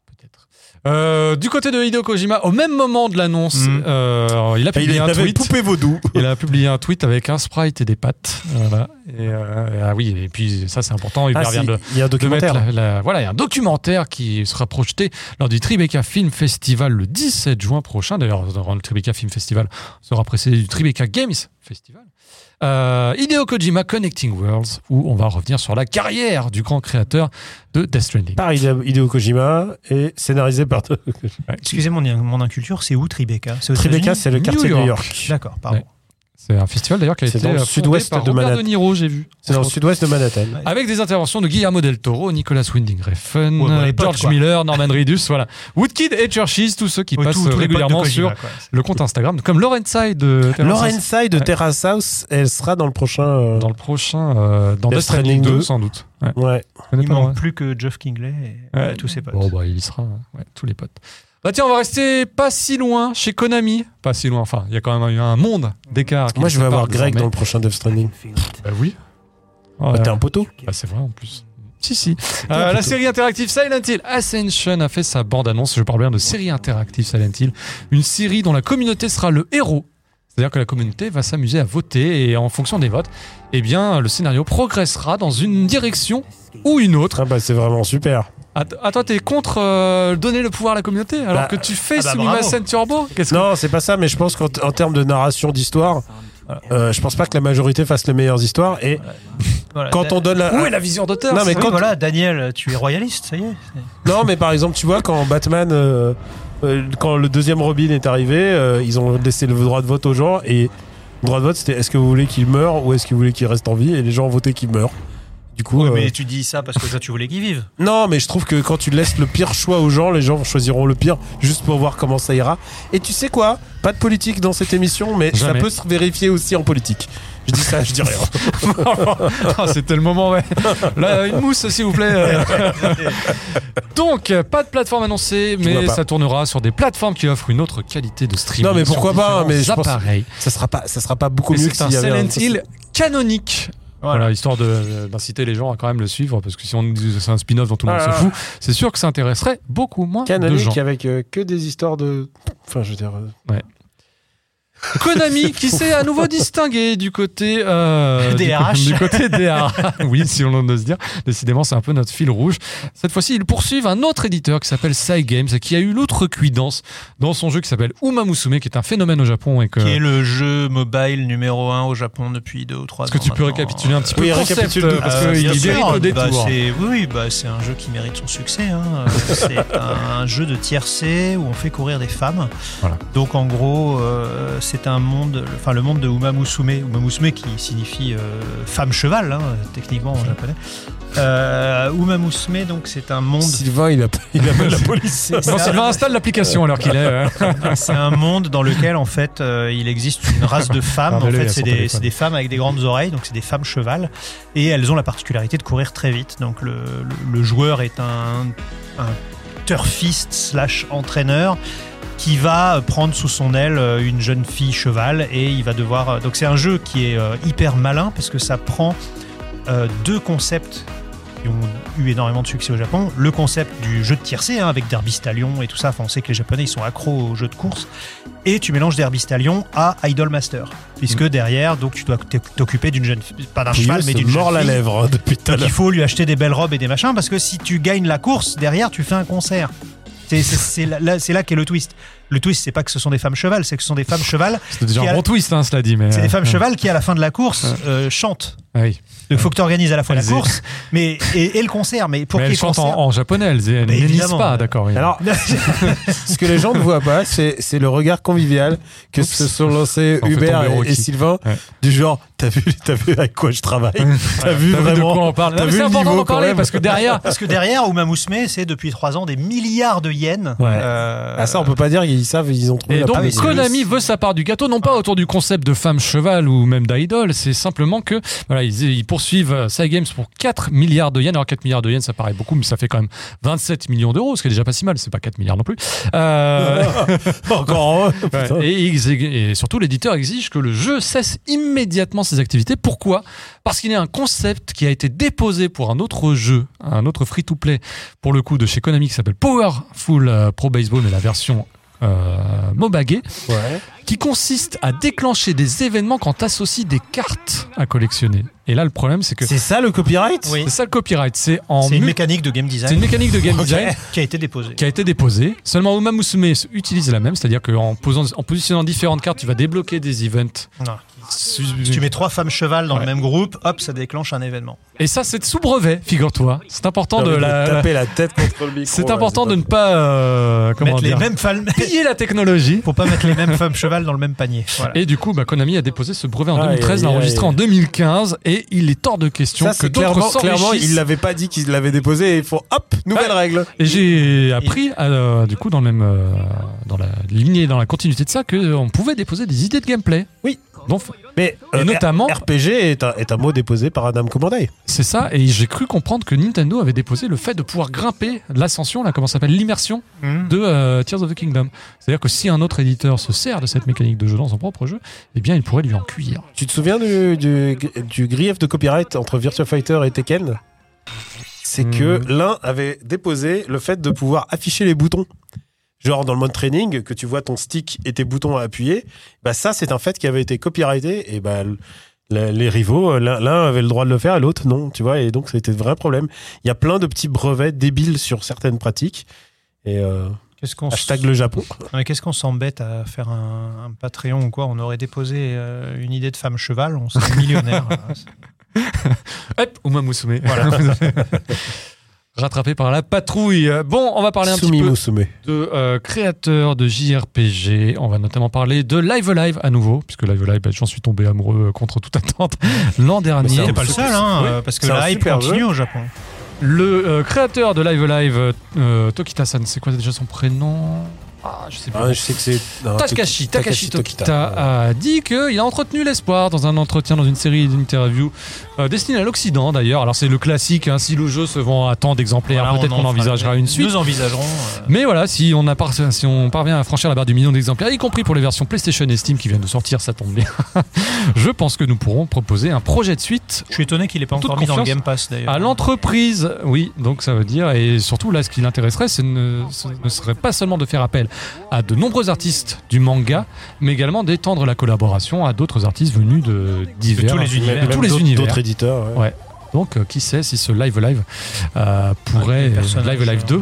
S1: peut-être. Euh, du côté de Hideo Kojima, au même moment de l'annonce,
S2: Mm.
S3: Ah,
S1: euh, il a publié un tweet.
S3: vaudou.
S1: Il a publié un tweet avec un sprite et des pattes. Voilà. Et, euh, ah oui, et puis ça c'est important. Il
S3: Ah,
S1: revient
S3: si,
S1: de,
S3: il y a un
S1: de mettre
S3: documentaire.
S1: la- la- voilà, il y a un documentaire qui sera projeté lors du Tribeca Film Festival le 17 juin prochain. D'ailleurs, dans le Tribeca Film Festival sera précédé du Tribeca Games Festival. Euh, Hideo Kojima Connecting Worlds, où on va revenir sur la carrière du grand créateur de Death Stranding.
S3: par Hideo Hideo Kojima et scénarisé par
S2: Excusez mon, mon inculture, c'est où Tribeca C'est aux
S3: Tribeca,
S2: États-Unis
S3: c'est le
S1: New
S3: quartier de New
S1: York.
S3: York.
S2: D'accord, pardon.
S1: C'est un festival d'ailleurs qui a
S3: C'est
S1: été euh,
S3: dans le
S1: fondé
S3: sud-ouest
S1: par
S3: de
S1: Robert
S3: Manhattan.
S1: De Niro, j'ai vu.
S3: C'est dans le sud-ouest de Manhattan.
S1: Avec des interventions de Guillermo del Toro, Nicolas Winding Refn,
S2: Ouais, bah, les
S1: euh,
S2: potes,
S1: George
S2: quoi.
S1: Miller, Norman Reedus, voilà. Woodkid et Churches, tous ceux qui
S2: Au-
S1: passent
S2: tous- tous les
S1: régulièrement
S2: potes de
S1: sur
S2: Kojima, quoi.
S1: le compte Instagram, comme Lauren Side de Terrence
S3: Lauren Side de Terrace House, elle sera dans le prochain. euh,
S1: dans le prochain, euh, dans
S3: Death
S1: Death Stranding
S3: Stranding
S1: 2,
S3: 2,
S1: sans doute. Ouais.
S3: Ouais.
S1: Je connais
S2: Il
S1: pas,
S2: manque
S1: ouais.
S2: plus que Geoff Kingley et
S1: Ouais.
S2: tous ses potes.
S1: Bon, bah, il y sera, ouais, tous les potes. Bah, tiens, on va rester pas si loin chez Konami. Pas si loin, enfin, il y a quand même eu un monde d'écart. qui
S3: Moi,
S1: nous
S3: je vais
S1: sépare
S3: avoir Greg dans
S1: désormais.
S3: le prochain Death Stranding.
S1: Bah oui.
S3: Bah,
S1: Ouais.
S3: T'es un poteau.
S1: Bah, c'est vrai en plus. Si, si.
S3: un
S1: Euh, la
S3: poteau.
S1: série interactive Silent Hill Ascension a fait sa bande-annonce. Je parle bien de série interactive Silent Hill. Une série dont la communauté sera le héros. C'est-à-dire que la communauté va s'amuser à voter et en fonction des votes, eh bien, le scénario progressera dans une direction ou une autre.
S3: Ah bah, c'est vraiment super.
S1: À, à toi, t'es contre euh, donner le pouvoir à la communauté alors
S3: Bah,
S1: que tu fais
S2: ah bah,
S1: Sumimasen
S2: bravo.
S1: Turbo Qu'est-ce que-
S3: Non, c'est pas ça, mais je pense qu'en en termes de narration d'histoire, euh, je pense pas que la majorité fasse les meilleures histoires. Et
S2: Voilà,
S3: quand
S2: Da-
S3: on donne la.
S1: Où est la vision d'auteur
S3: Euh, Non, mais
S1: ça
S2: Oui,
S3: quand-
S2: voilà, Daniel, tu es royaliste, ça y est.
S3: Non, mais par exemple, tu vois, quand Batman, euh, euh, quand le deuxième Robin est arrivé, euh, ils ont laissé le droit de vote aux gens et le droit de vote c'était est-ce que vous voulez qu'il meure ou est-ce que vous voulez qu'il reste en vie et les gens ont voté qu'il meure. Du Du coup,
S2: Oui,
S3: euh,
S2: mais tu dis ça parce que toi, tu voulais qu'ils vivent.
S3: non, mais je trouve que quand tu laisses le pire choix aux gens, les gens choisiront le pire juste pour voir comment ça ira. Et tu sais quoi Pas de politique dans cette émission, mais
S1: Jamais.
S3: ça peut se vérifier aussi en politique. Je dis ça, je dis rien.
S1: Ah, C'était le moment, ouais. Là, une mousse, s'il vous plaît. euh. Donc, euh, pas de plateforme annoncée,
S3: vois
S1: mais
S3: pas.
S1: ça tournera sur des plateformes qui offrent une autre qualité de streaming.
S3: Non, mais pourquoi
S1: sur
S3: pas, mais je
S1: différents
S3: pense-
S1: appareils.
S3: ça sera pas, ça sera pas beaucoup
S1: Et
S3: mieux que
S1: C'est un
S3: s'il y avait
S1: Silent
S3: un-
S1: Hill canonique. Voilà, histoire de, euh, d'inciter les gens à quand même le suivre, parce que si on nous dit que c'est un spin-off dont tout le monde
S3: Ah.
S1: se fout, c'est sûr que ça intéresserait beaucoup moins de gens.
S3: canonique avec euh, que des histoires de. Enfin, je veux dire. euh,
S1: Konami qui s'est à nouveau distingué du côté euh, du-
S2: DRH.
S1: Du, côté DRH. oui, si on de se dire. Décidément, c'est un peu notre fil rouge. Cette fois-ci, ils poursuivent un autre éditeur qui s'appelle Sai Games et qui a eu l'outrecuidance dans son jeu qui s'appelle Uma Musume, qui est un phénomène au Japon et que.
S2: Qui est le jeu mobile numéro 1 au Japon depuis 2 ou 3 ans.
S1: Est-ce que tu peux
S2: maintenant.
S1: récapituler un petit peu
S3: Oui,
S1: le concept
S3: récapitule-le,
S1: euh, parce
S2: Euh,
S1: qu'il
S2: bien
S1: mérite
S2: sûr,
S1: le
S2: bah,
S1: détour.
S2: c'est- oui, oui, bah, c'est un jeu qui mérite son succès. hein. Euh, c'est un jeu de tiercé où on fait courir des femmes.
S1: Voilà.
S2: Donc en gros, euh, c'est un monde, enfin le monde de Uma Musume, Uma Musume qui signifie euh, femme cheval, hein, techniquement en japonais. Euh, Uma Musume, donc c'est un monde.
S3: Sylvain, il a pas- il appelle la police.
S2: C'est
S1: non,
S2: ça.
S1: Sylvain installe l'application alors qu'il est. euh,
S2: C'est un monde dans lequel en fait euh, il existe une race de femmes. en
S1: Rappelle-le, il
S2: fait,
S1: a
S2: c'est
S1: son
S2: des,
S1: téléphone.
S2: c'est des femmes avec des grandes oreilles, donc c'est des femmes cheval, et elles ont la particularité de courir très vite. Donc le, le- le joueur est un, un turfiste slash entraîneur qui va prendre sous son aile euh, une jeune fille cheval et il va devoir. euh, Donc c'est un jeu qui est euh, hyper malin parce que ça prend euh, deux concepts qui ont eu énormément de succès au Japon. Le concept du jeu de tiercé hein, avec Derby Stallion et tout ça. Enfin, on sait que les Japonais ils sont accros aux jeux de course. Et tu mélanges Derby Stallion à Idol Master,
S3: Mm.
S2: puisque derrière, donc tu dois t'oc- t'occuper d'une jeune, fi- pas d'un cheval, mais
S3: Il
S2: d'une
S3: mord
S2: jeune
S3: la
S2: fille.
S3: lèvre hein, depuis tout à
S2: Donc,
S3: l'heure.
S2: il faut lui acheter des belles robes et des machins parce que si tu gagnes la course, derrière tu fais un concert. C'est- C'est c'est là, là- c'est là qu'est le twist. Le twist, c'est pas que ce sont des femmes cheval, c'est que ce sont des femmes cheval.
S1: C'était déjà
S2: Qui a-
S1: un bon twist, hein, cela dit. Mais,
S2: C'est
S1: euh,
S2: des femmes
S1: euh,
S2: cheval qui, à la fin de la course, euh, chantent.
S1: ah oui.
S2: Donc, faut que tu organises à la fois la
S1: Elles-
S2: course mais, et, et le concert. Mais pour
S1: Mais
S2: qu'il
S1: elles
S2: y ait
S1: chantent en,
S2: concert.
S1: en japonais, elles elles
S2: Mais
S1: n'élisent
S2: évidemment.
S1: pas, d'accord. oui.
S3: Alors, ce que les gens ne voient pas, c'est c'est le regard convivial que
S1: Oups.
S3: se sont lancés
S1: On fait
S3: Hubert
S1: tomber
S3: et- et,
S1: Rocky.
S3: Sylvain,
S1: Ouais.
S3: du genre, t'as vu, t'as vu avec quoi je travaille T'as vu
S1: T'as vu de quoi
S3: vraiment
S1: on parle
S3: t'as
S1: Non, mais
S3: vu
S1: C'est
S3: le
S1: important
S3: niveau
S1: d'en
S3: quand
S1: parler
S3: même
S1: parce que derrière,
S2: Parce que derrière, Uma Musume, c'est depuis trois ans des milliards de yens.
S3: Ouais.
S2: Euh,
S3: Ah ça, on peut pas dire, ils savent, ils ont trouvé
S1: Et
S3: la
S1: donc
S3: pomme.
S1: Konami veut sa part du gâteau, non pas autour du concept de femme cheval ou même d'idole, c'est simplement que voilà, ils, ils poursuivent euh, Sai Games pour 4 milliards de yens. Alors 4 milliards de yens, ça paraît beaucoup, mais ça fait quand même 27 millions d'euros, ce qui est déjà pas si mal, c'est pas 4 milliards non plus. Euh,
S3: Encore heureux.
S1: Ouais.
S3: Putain.
S1: Et, ils exi- et surtout, l'éditeur exige que le jeu cesse immédiatement ses activités. Pourquoi Parce qu'il y a un concept qui a été déposé pour un autre jeu, un autre free-to-play, pour le coup, de chez Konami, qui s'appelle Powerful euh, Pro Baseball, mais la version euh, Mobagé, qui consiste à déclencher des événements quand t'associes des cartes à collectionner. Et là, le problème, c'est que
S3: C'est ça le copyright
S2: Oui.
S1: c'est ça le copyright. C'est en
S2: c'est une
S1: mu-
S2: mécanique de game
S1: c'est
S2: design
S1: une mécanique de game
S2: Ok.
S1: design
S2: qui a été déposée.
S1: qui a été déposé. Seulement Uma Musume utilise la même, c'est-à-dire qu'en posant, en positionnant différentes cartes, tu vas débloquer des events.
S2: Non. Si tu mets trois femmes cheval dans le
S1: Ouais.
S2: même groupe, hop, ça déclenche un événement.
S1: Et ça, c'est sous brevet, figure-toi. C'est important
S3: T'as
S1: de
S3: envie
S1: la. la-
S3: taper la tête contre le micro.
S1: C'est
S3: là,
S1: important de
S3: pas-
S1: ne pas euh, comment
S2: Mettre les
S1: dire,
S2: mêmes femmes.
S1: piller la technologie.
S2: Faut pas mettre les mêmes femmes cheval dans le même panier. Voilà.
S1: Et du coup, bah, Konami a déposé ce brevet en
S3: Aïe,
S1: 2013, l'a
S3: aïe,
S1: enregistré
S3: aïe.
S1: en 2015, et il est hors de question
S3: Ça,
S1: que
S3: c'est
S1: d'autres
S3: clairement, clairement,
S1: s'enrichissent.
S3: il l'avait pas dit qu'il l'avait déposé et il faut hop, nouvelle
S1: Ouais.
S3: règle.
S1: Et j'ai appris, euh, du coup, dans le même, euh, dans la lignée, dans la continuité de ça, qu'on pouvait déposer des idées de gameplay.
S3: Oui.
S1: Donc,
S3: Mais
S1: Et
S3: euh,
S1: notamment-
S3: RPG est un, est un mot déposé par Adam Commanday.
S1: C'est ça, et j'ai cru comprendre que Nintendo avait déposé le fait de pouvoir grimper l'ascension, là, comment ça s'appelle, l'immersion
S2: Hmm.
S1: de euh, Tears of the Kingdom. C'est-à-dire que si un autre éditeur se sert de cette mécanique de jeu dans son propre jeu, eh bien, il pourrait lui en cuire.
S3: Tu te souviens du, du, du grief de copyright entre Virtua Fighter et Tekken C'est que
S1: Hmm.
S3: l'un avait déposé le fait de pouvoir afficher les boutons. Genre dans le mode training, que tu vois ton stick et tes boutons à appuyer, bah ça c'est un fait qui avait été copyrighté et bah l- la- les rivaux, euh, l'un l'un avait le droit de le faire et l'autre non, tu vois, et donc c'était un vrai problème. Il y a plein de petits brevets débiles sur certaines pratiques et euh,
S2: Qu'est-ce qu'on s-
S3: hashtag le Japon.
S2: Non, mais qu'est-ce qu'on s'embête à faire un, un Patreon ou quoi On aurait déposé euh, une idée de femme cheval, on serait millionnaire.
S1: Hop, Uma Musume. rattrapé par la patrouille. Euh, Bon, on va parler un petit peu
S3: sommet.
S1: de euh, créateurs de JRPG. On va notamment parler de Live Alive à nouveau, puisque Live Alive, bah, j'en suis tombé amoureux euh, contre toute attente l'an dernier.
S3: c'est
S2: T'es pas le seul, hein,
S3: Oui.
S2: euh, parce que
S3: C'est un
S2: la hype
S3: super
S2: continue
S3: jeu.
S2: au Japon.
S1: Le euh, créateur de Live Alive, euh, euh, Tokita-san, c'est quoi déjà son prénom Ah, je sais pas.
S3: Ah, je sais que c'est. non,
S1: Takashi, Takashi
S3: Takashi
S1: Tokita,
S3: Tokita.
S1: a dit qu'il a entretenu l'espoir dans un entretien, dans une série d'interviews euh, destinée à l'Occident d'ailleurs. Alors c'est le classique, hein, si le jeu se vend à tant d'exemplaires,
S2: Voilà,
S1: peut-être
S2: on
S1: qu'on
S2: en fera-
S1: envisagera une suite.
S2: Nous envisagerons. euh,
S1: Mais voilà, si on, a par- si on parvient à franchir la barre du million d'exemplaires, y compris pour les versions PlayStation et Steam qui viennent de sortir, ça tombe bien, je pense que nous pourrons proposer un projet de suite
S2: Je suis étonné qu'il n'ait pas
S1: Toute
S2: encore mis dans le
S1: confiance
S2: Game Pass d'ailleurs.
S1: à l'entreprise, oui, donc ça veut dire, et surtout là, ce qui l'intéresserait, ce ne, ce ne serait pas seulement de faire appel à de nombreux artistes du manga, mais également d'étendre la collaboration à d'autres artistes venus de
S2: de
S1: divers.
S2: tous les univers.
S1: de tous les
S3: d'autres-
S1: univers.
S3: D'autres éditeurs. ouais.
S1: Ouais. Donc, euh, qui sait si ce Live Live euh, pourrait,
S2: Des
S1: euh,
S2: personnages,
S1: Live Live
S2: euh,
S1: 2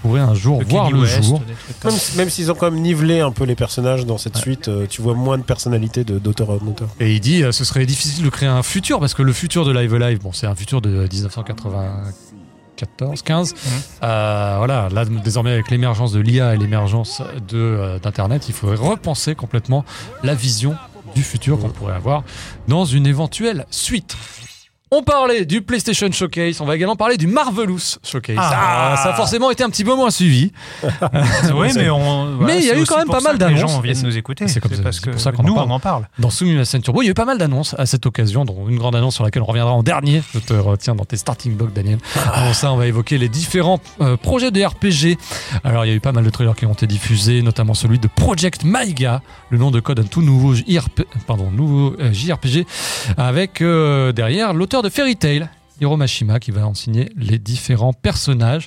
S1: pourrait un jour
S2: de
S1: voir
S2: Kenny
S1: le
S2: West,
S1: jour.
S2: des trucs comme
S3: Même,
S2: ça.
S3: même s'ils ont quand même nivelé un peu les personnages dans cette suite, euh, tu vois moins de personnalité de- d'auteur à auteur.
S1: Et il dit, euh, ce serait difficile de créer un futur, parce que le futur de Live Live, bon, c'est un futur de 1994, 15. Euh, voilà, là, désormais, avec l'émergence de l'IA et l'émergence de, euh, d'Internet, il faudrait repenser complètement la vision du futur qu'on pourrait avoir dans une éventuelle suite. On parlait du PlayStation Showcase, on va également parler du Marvelous Showcase.
S2: Ah.
S1: ça a forcément été un petit peu moins suivi.
S2: Oui, mais on. voilà,
S1: Mais il y a
S2: c'est
S1: eu
S2: aussi
S1: quand même
S2: pour
S1: pas
S2: ça
S1: mal
S2: que Les
S1: d'annonces.
S2: gens viennent nous écouter.
S1: C'est
S2: C'est
S1: comme ça-
S2: parce
S1: c'est
S2: que
S1: pour ça qu'on en
S2: nous,
S1: parle.
S2: on en parle.
S1: dans Summation Turbo. Il y a eu pas mal d'annonces à cette occasion, dont une grande annonce sur laquelle on reviendra en dernier. Je te retiens dans tes starting blocks, Daniel. Avant ça, on va évoquer les différents euh, projets de RPG. Alors, il y a eu pas mal de trailers qui ont été diffusés, notamment celui de Project Maiga, le nom de code d'un tout nouveau, JRP pardon, nouveau euh, JRPG, avec euh, derrière l'auteur de Fairy Tail, Hiro Mashima, qui va en signer les différents personnages.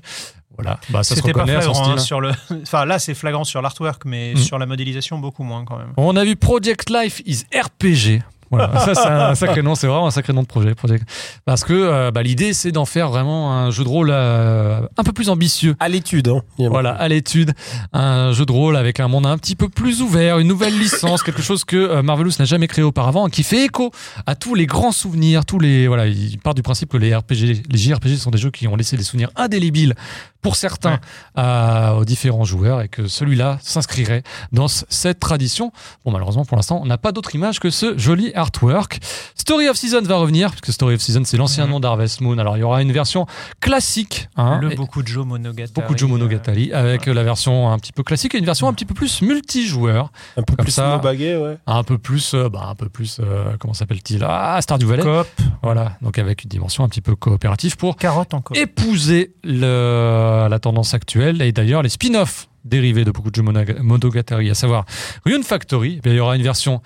S1: Voilà, bah, ça se
S2: C'était pas
S1: reconnaît à son
S2: flagrant
S1: style.
S2: hein, sur le. Enfin, là, c'est flagrant sur l'artwork, mais
S1: Mm.
S2: sur la modélisation, beaucoup moins quand même.
S1: On a vu Project Life is RPG. Voilà, ça c'est un sacré nom, c'est vraiment un sacré nom de projet. Project. Parce que euh, bah, l'idée c'est d'en faire vraiment un jeu de rôle euh, un peu plus ambitieux.
S3: À l'étude, hein. Il y a-
S1: Voilà, à l'étude, un jeu de rôle avec un monde un petit peu plus ouvert, une nouvelle licence, quelque chose que euh, Marvelous n'a jamais créé auparavant, qui fait écho à tous les grands souvenirs, tous les voilà, il part du principe que les RPG, les JRPG sont des jeux qui ont laissé des souvenirs indélébiles pour certains
S2: Ouais.
S1: à- aux différents joueurs et que celui-là s'inscrirait dans c- cette tradition. Bon, malheureusement pour l'instant, on n'a pas d'autre image que ce joli artwork. Story of Seasons va revenir puisque Story of Seasons c'est l'ancien
S2: Mhm.
S1: nom d'Harvest Moon. Alors il y aura une version classique, hein,
S2: le
S1: et-
S2: beaucoup de Joe Monogatari. euh,
S1: beaucoup de jeux Monogatari avec euh, la version un petit peu classique et une version un petit peu plus multijoueur,
S3: Un peu
S1: Comme
S3: plus
S1: ça.
S3: ça... bagué, ouais.
S1: un peu plus, euh, bah, un peu plus, euh, comment s'appelle-t-il Ah, Stardew
S2: euh,
S1: Valley.
S2: Coop,
S1: Voilà, donc avec une dimension un petit peu coopérative pour
S2: carotte encore.
S1: épouser le- la tendance actuelle et d'ailleurs les spin-offs dérivés de beaucoup de jeux Monaga- Monogatari, à savoir Ryun Factory. Eh bien, il y aura une version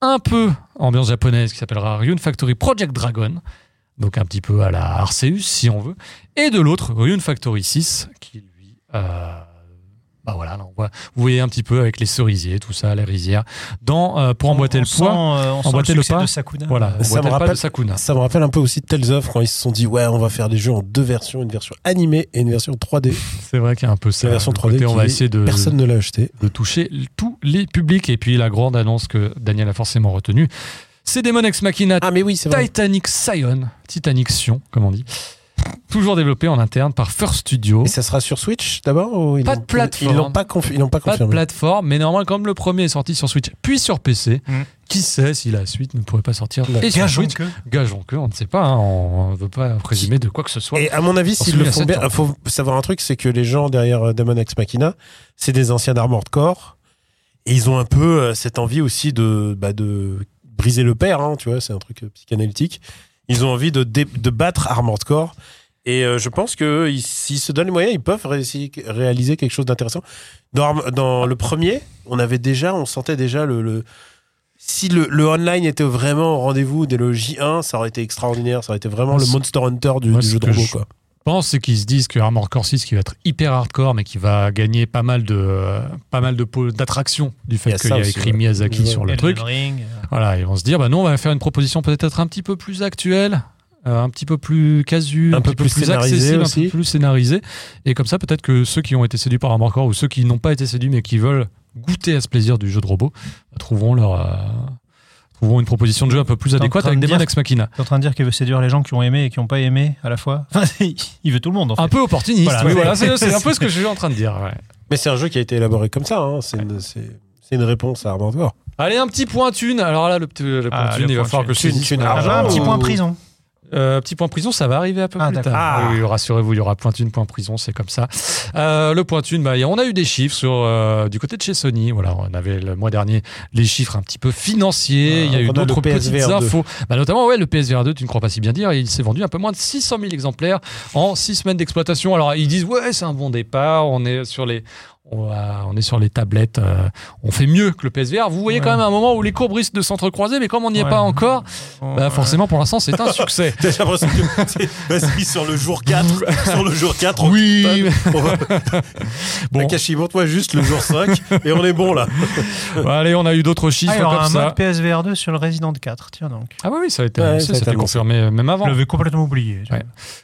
S1: un peu ambiance japonaise qui s'appellera Ryun Factory Project Dragon, donc un petit peu à la Arceus si on veut, et de l'autre Ryun Factory 6 qui lui. euh, bah voilà, là, on voit- vous voyez un petit peu avec les cerisiers, tout ça, les rizières, dans, euh, pour emboîter
S2: On
S1: le
S2: sent,
S1: poids.
S2: euh, on sent
S1: emboîter
S2: le
S1: le
S2: succès
S1: pas.
S2: de Sakuna.
S1: Voilà,
S2: Euh,
S1: on
S3: ça me
S1: voit pas de
S3: rappelle-
S1: Sakuna.
S3: Ça me rappelle un peu aussi Tales of quand ils se sont dit ouais on va faire des jeux en deux versions, une version animée et une version 3D.
S1: C'est vrai qu'il y a un peu ça.
S3: La version
S1: le
S3: 3D
S1: côté, on
S3: qui
S1: va
S3: est-
S1: essayer de,
S3: Personne ne l'a acheté.
S1: de toucher l- tous les publics. Et puis la grande annonce que Daniel a forcément retenue, c'est Demon Ex Machina
S3: Ah mais oui c'est vrai.
S1: Titanic Scion, Titanic Sion, comme on dit, toujours développé en interne par First Studio.
S3: Et ça sera sur Switch d'abord ou ils
S1: Pas
S3: l'ont-
S1: de plateforme.
S3: Ils l'ont pas, confi- ils l'ont pas
S1: Pas de
S3: confirmé.
S1: plateforme, mais normalement, comme le premier est sorti sur Switch, puis sur PC,
S2: Mm.
S1: qui sait si la suite ne pourrait pas sortir
S3: D'accord.
S1: et sur
S2: Gageons
S1: Switch.
S2: que.
S1: Gageons que, on ne sait pas, hein, on ne veut pas présumer de quoi que ce soit.
S3: Et à mon avis,
S1: Parce
S3: s'ils le
S1: qu'il y a
S3: font
S1: sept
S3: bien,
S1: ans.
S3: faut savoir un truc, c'est que les gens derrière euh, Demon Ex Machina, c'est des anciens d'Armored Core. Et ils ont un peu euh, cette envie aussi de, bah, de briser le père, hein, tu vois, c'est un truc euh, psychanalytique. Ils ont envie de, dé- de battre Armored Core. Et euh, je pense que euh, ils- s'ils se donnent les moyens, ils peuvent réussir- réaliser quelque chose d'intéressant. Dans, Arm- dans le premier, on avait déjà, on sentait déjà le. le- si le, le online était vraiment au rendez-vous dès le J1, ça aurait été extraordinaire. Ça aurait été vraiment le
S1: C'est-
S3: Monster Hunter du,
S1: Moi,
S3: du
S1: ce
S3: jeu de
S1: que
S3: robot,
S1: je-
S3: quoi.
S1: pense, c'est qu'ils se disent que Armor Core 6 qui va être hyper hardcore, mais qui va gagner pas mal de euh, pas mal de pôles d'attraction du
S3: Il y
S1: fait
S3: a
S1: qu'il y
S3: ça
S1: a
S3: aussi,
S1: écrit
S3: ouais.
S1: Miyazaki
S3: Ouais.
S1: sur le
S2: Elden
S1: truc.
S2: Ring, euh,
S1: Voilà, ils vont se dire, bah nous on va faire une proposition peut-être un petit peu plus actuelle, euh, un petit peu plus casu,
S3: Un peu
S1: petit peu
S3: plus scénarisée
S1: accessible, un
S3: aussi.
S1: peu plus scénarisée. Et comme ça, peut-être que ceux qui ont été séduits par Armor Core ou ceux qui n'ont pas été séduits mais qui veulent goûter à ce plaisir du jeu de robot, bah, trouveront leur euh, trouveront trouvons une proposition de jeu un peu plus
S2: en
S1: adéquate
S2: train
S1: avec
S2: de
S1: des
S2: dire-
S1: bonnes ex machina.
S2: T'es en train de dire qu'il veut séduire les gens qui ont aimé et qui n'ont pas aimé à la fois Enfin, il veut tout le monde en fait.
S1: Un peu opportuniste.
S2: Voilà,
S1: oui,
S2: c'est-
S1: voilà, c'est c'est un peu ce que je suis en train de dire. ouais.
S3: Mais c'est un jeu qui a été élaboré comme ça. hein. C'est une, c'est- c'est une réponse à Armored Core.
S1: Allez, un petit point thune. Alors là, le petit le point
S2: Ah,
S1: thune,
S2: le
S1: il va
S2: point
S1: falloir que je
S3: thune.
S1: saisisse.
S3: Thune,
S1: Voilà.
S2: Ah, bah, un petit
S3: ou-
S2: point prison.
S1: Euh, petit point prison, ça va arriver un peu
S2: Ah,
S1: plus tard.
S3: d'accord.
S1: Oui, oui, rassurez-vous, il y aura point thune, point prison, c'est comme ça. Euh, le point thune, bah, y a- on a eu des chiffres sur, euh, du côté de chez Sony. Voilà, on avait le mois dernier les chiffres un petit peu financiers.
S3: Voilà,
S1: Il y a
S3: on
S1: eu
S3: a
S1: d'autres
S3: le
S1: petites
S3: PSVR 2.
S1: infos. Bah, notamment, ouais, le PSVR 2, tu ne crois pas si bien dire, il s'est vendu un peu moins de 600 000 exemplaires en 6 semaines d'exploitation. Alors, ils disent, ouais, c'est un bon départ, on est sur les. On, va- on est sur les tablettes, euh, on fait mieux que le PSVR. Vous voyez
S2: Ouais.
S1: quand même un moment où les courbes risquent de s'entrecroiser, mais comme on n'y est
S2: Ouais.
S1: pas encore, bah,
S2: Ouais.
S1: forcément pour l'instant c'est un succès.
S3: J'ai l'impression que c'est basé sur le jour 4. sur le jour 4,
S1: Oui,
S3: on va...
S1: Bon.
S3: Takashi, montre-moi juste le jour 5 et on est bon là.
S1: Bon, Bah, allez, on a eu d'autres chiffres
S2: Ah, il y aura
S1: comme
S2: un
S1: ça.
S2: mode PSVR 2 sur le Resident 4, tiens donc.
S1: Ah oui, oui, ça a été
S3: Ouais,
S1: annoncé,
S3: ça a été
S1: c'était
S3: annoncé.
S1: confirmé euh, même
S2: Je
S1: avant.
S2: l'avais complètement oublié.
S1: Ouais.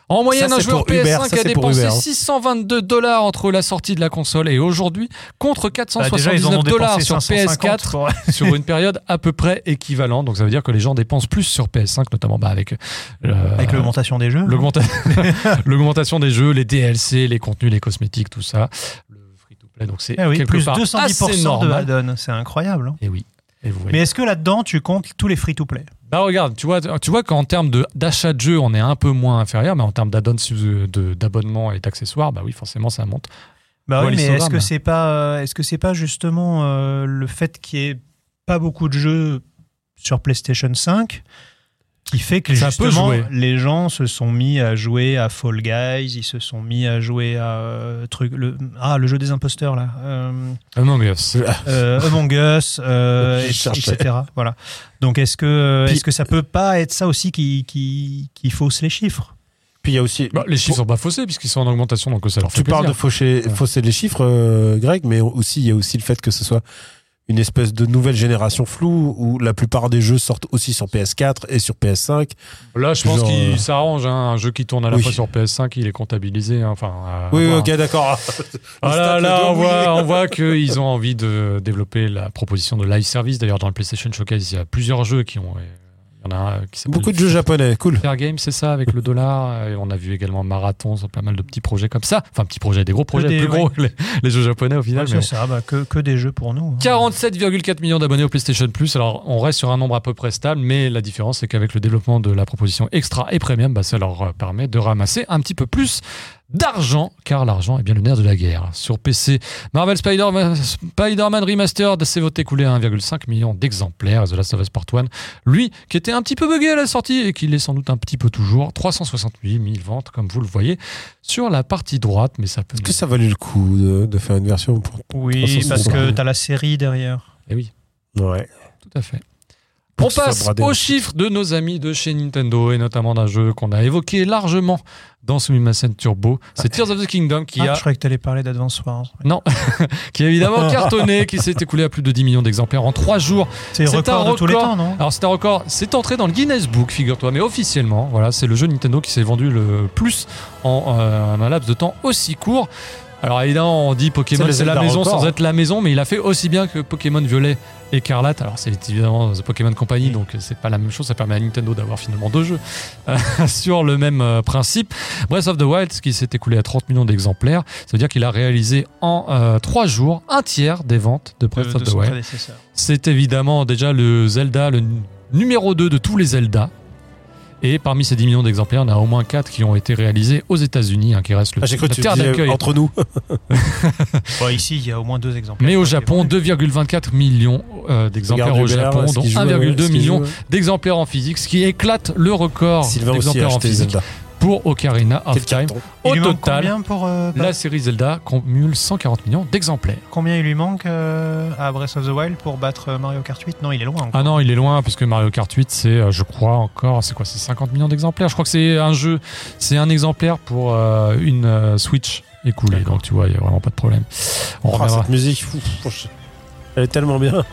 S1: En moyenne,
S3: Ça,
S1: un
S3: c'est
S1: joueur
S3: pour
S1: PS5
S3: Uber, ça,
S1: a
S3: c'est pour
S1: dépensé
S3: Uber, hein.
S1: 622 dollars entre la sortie de la console et aujourd'hui, contre
S2: Bah,
S1: 479
S2: déjà, ils en ont
S1: dollars
S2: dépensé
S1: sur
S2: 550
S1: PS4
S2: pour-
S1: sur une période à peu près équivalente. Donc ça veut dire que les gens dépensent plus sur PS5, notamment bah, avec, euh,
S2: Avec l'augmentation des jeux.
S1: l'augmenta- l'augmentation des jeux, les DLC, les contenus, les cosmétiques, tout ça. Le free-to-play, donc c'est
S2: Ah oui,
S1: quelque
S2: plus
S1: part
S2: 210%
S1: assez
S2: de
S1: normal.
S2: add-on. C'est incroyable. hein.
S1: Et oui. Et vous voyez.
S2: Mais est-ce que là-dedans, tu comptes tous les free-to-play
S1: Bah regarde, tu vois, tu vois qu'en termes de- d'achat de jeux, on est un peu moins inférieur, mais en termes d'add-ons, euh, de- d'abonnements et d'accessoires, bah oui, forcément, ça monte.
S2: Bah
S1: Ouais,
S2: oui, mais
S1: l'histogramme.
S2: est-ce que c'est pas, euh, est-ce que c'est pas justement euh, le fait qu'il n'y ait pas beaucoup de jeux sur PlayStation 5 qui fait que
S1: Ça peut
S2: justement
S1: jouer.
S2: les gens se sont mis à jouer à Fall Guys, ils se sont mis à jouer à euh, truc le ah le jeu des imposteurs là, euh,
S1: Ah non, mais c'est-
S2: euh, Among Us, euh,
S3: Je
S2: et-
S3: cherchais.
S2: etc. Voilà. Donc est-ce que euh,
S3: Puis-
S2: est-ce que ça peut pas être ça aussi qui qui, qui fausse les chiffres
S3: Puis il y a aussi.
S1: Bah, les chiffres sont pas faussés puisqu'ils sont en augmentation, donc euh, ça leur fait
S3: tu parles de
S1: plaisir.
S3: faucher,
S1: Ouais.
S3: fausser les chiffres, euh, Greg, mais aussi il y a aussi le fait que ce soit une espèce de nouvelle génération floue où la plupart des jeux sortent aussi sur PS4 et sur PS5.
S1: Là, je pense
S3: Genre, euh,
S1: qu'ils s'arrangent. hein, un jeu qui tourne à la
S3: oui.
S1: fois sur PS5, il est comptabilisé. hein, Enfin, à
S3: oui, oui,
S1: voir.
S3: ok, d'accord.
S1: Ah là,
S3: Le
S1: là,
S3: stade de
S1: on voit,
S3: oui.
S1: on voit qu'ils ont envie de développer la proposition de live service. D'ailleurs, dans le PlayStation Showcase, il y a plusieurs jeux qui ont. euh, Il y en a un qui s'appelle
S3: Beaucoup de jeux japonais, cool.
S1: Fair Game, c'est ça, avec le dollar. euh, Et on a vu également Marathon, sur pas mal de petits projets comme ça. Enfin, petits projets, des gros projets,
S2: des-
S1: plus gros que les, les jeux japonais au final.
S2: Ouais,
S1: mais
S2: C'est ça, bah, que que des jeux pour nous. hein.
S1: bon. 47,4 millions d'abonnés au PlayStation Plus. Alors, on reste sur un nombre à peu près stable, mais la différence, c'est qu'avec le développement de la proposition extra et premium, bah, ça leur euh, permet de ramasser un petit peu plus d'argent, car l'argent est bien le nerf de la guerre. Sur PC, Marvel Spider- Spider-Man Remastered s'est voté couler à 1,5 million d'exemplaires. The Last of Us Part 1, lui, qui était un petit peu bugué à la sortie et qui l'est sans doute un petit peu toujours. 368 000 ventes, comme vous le voyez, sur la partie droite, mais ça peut...
S3: Est-ce que ça valait le coup de, de faire une version pour.
S2: Oui,
S3: 360,
S2: parce que
S3: ouais.
S2: t'as la série derrière.
S1: Eh oui.
S3: Ouais.
S1: Tout à fait.
S3: Pour
S1: On
S3: que ce soit
S1: passe
S3: bradé.
S1: aux chiffres de nos amis de chez Nintendo et notamment d'un jeu qu'on a évoqué largement dans Sumimasen Turbo.
S3: Ah.
S1: C'est Tears of the Kingdom qui
S2: Ah,
S1: a
S2: Je croyais que t'allais parler d'Advance Wars.
S1: qui a évidemment cartonné, qui s'est écoulé à plus de 10 millions d'exemplaires en 3 jours.
S2: C'est
S1: C'est
S2: record,
S1: un
S2: de tous les
S1: record.
S2: temps, non
S1: Alors c'est un record, c'est entré dans le Guinness Book, figure-toi, mais officiellement, voilà, c'est le jeu Nintendo qui s'est vendu le plus en euh, un laps de temps aussi court. Alors évidemment, on dit Pokémon,
S3: C'est le
S1: c'est la
S3: Zelda
S1: maison
S3: record.
S1: sans être la maison, mais il a fait aussi bien que Pokémon Violet Écarlate. Alors c'est évidemment The Pokémon
S3: Mm.
S1: Company, donc c'est pas la même chose, ça permet à Nintendo d'avoir finalement deux jeux euh, sur le même euh, principe. Breath of the Wild, ce qui s'est écoulé à 30 millions d'exemplaires, ça veut dire qu'il a réalisé en euh, trois jours un tiers des ventes de
S3: Euh,
S1: Breath of the Wild. C'est évidemment déjà le Zelda, le n- numéro 2 de tous les Zelda. Et parmi ces 10 millions d'exemplaires, on a au moins 4 qui ont été réalisés aux États-Unis, hein, qui reste le
S3: Ah, j'ai cru
S1: la
S3: que tu
S1: terre
S3: disais
S1: d'accueil.
S3: entre nous.
S2: Bah, ici, il y a au moins deux exemples.
S1: Mais au Japon, 2,24 millions euh, d'exemplaires au Japon, dont
S3: euh,
S1: 1,2 million d'exemplaires en physique, ce qui éclate le record
S3: Sylvain aussi a
S1: d'exemplaires Oh, en
S3: acheté
S1: physique
S3: Zelda.
S1: pour Ocarina of
S3: Quel
S1: Time.
S3: carton.
S1: Au
S2: il lui manque
S1: total,
S2: combien pour euh,
S1: la série Zelda cumule 140 millions d'exemplaires.
S2: combien il lui manque euh, à Breath of the Wild pour battre euh, Mario Kart 8 Non, il est loin. encore.
S1: Ah non, il est loin parce que Mario Kart 8, c'est, euh, je crois encore, c'est quoi, c'est 50 millions d'exemplaires. Je crois que c'est un jeu, c'est un exemplaire pour euh, une euh, Switch écoulée. Donc tu vois, il n'y a vraiment pas de problème. On
S3: Oh,
S1: reviendra.
S3: cette musique, fou, fou, elle est tellement bien.